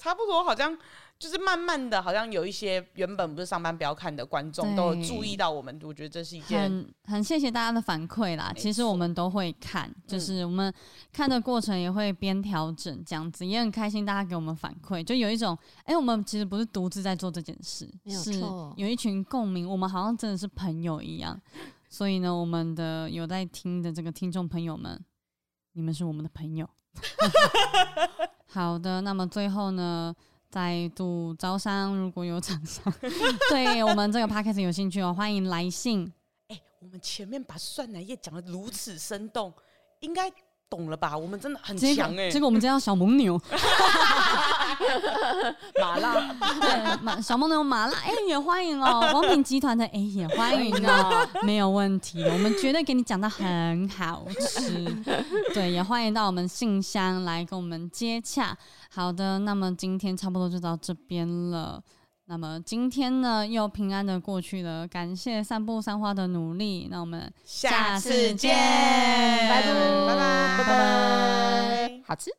Speaker 2: 差不多好像就是慢慢的，好像有一些原本不是上班不要看的观
Speaker 1: 对
Speaker 2: 众都有注意到我们，我觉得这是一件
Speaker 1: 很很谢谢大家的反馈啦，
Speaker 2: 没
Speaker 1: 其实我们都会看，
Speaker 3: 嗯
Speaker 1: 就是我们看的过程也会边调整这样子，也很开心大家给我们反馈，就有一种哎、诶我们其实不是独自在做这件事，
Speaker 3: 没有
Speaker 1: 是
Speaker 3: 错
Speaker 1: 有一群共鸣，我们好像真的是朋友一样。 所以呢，我们的有在听的这个听众朋友们，你们是我们的朋 友。好的，那么最后呢，再度招商，如果有厂商 对我们这个 podcast 有兴趣哦，欢迎来信。
Speaker 2: 哎、我们前面把酸奶液讲的如此生动，应该懂了吧？我们真的很
Speaker 1: 结果
Speaker 2: 强哎、
Speaker 1: 结果我们叫小蒙 牛，
Speaker 3: 麻辣
Speaker 1: 对，麻小蒙牛麻辣，哎、也欢迎哦，王品集团的哎、也欢迎 哦，没有问题，我们绝对给你讲的很好吃。对，也欢迎到我们信箱来跟我们接洽。好的，那么今天差不多就到这边了。那么今天呢，又平安的过去了，感谢散步三花的努力。那我们
Speaker 2: 下
Speaker 1: 下次见
Speaker 2: 拜拜
Speaker 3: 拜
Speaker 2: 拜
Speaker 3: 拜
Speaker 2: 拜。
Speaker 3: 好吃。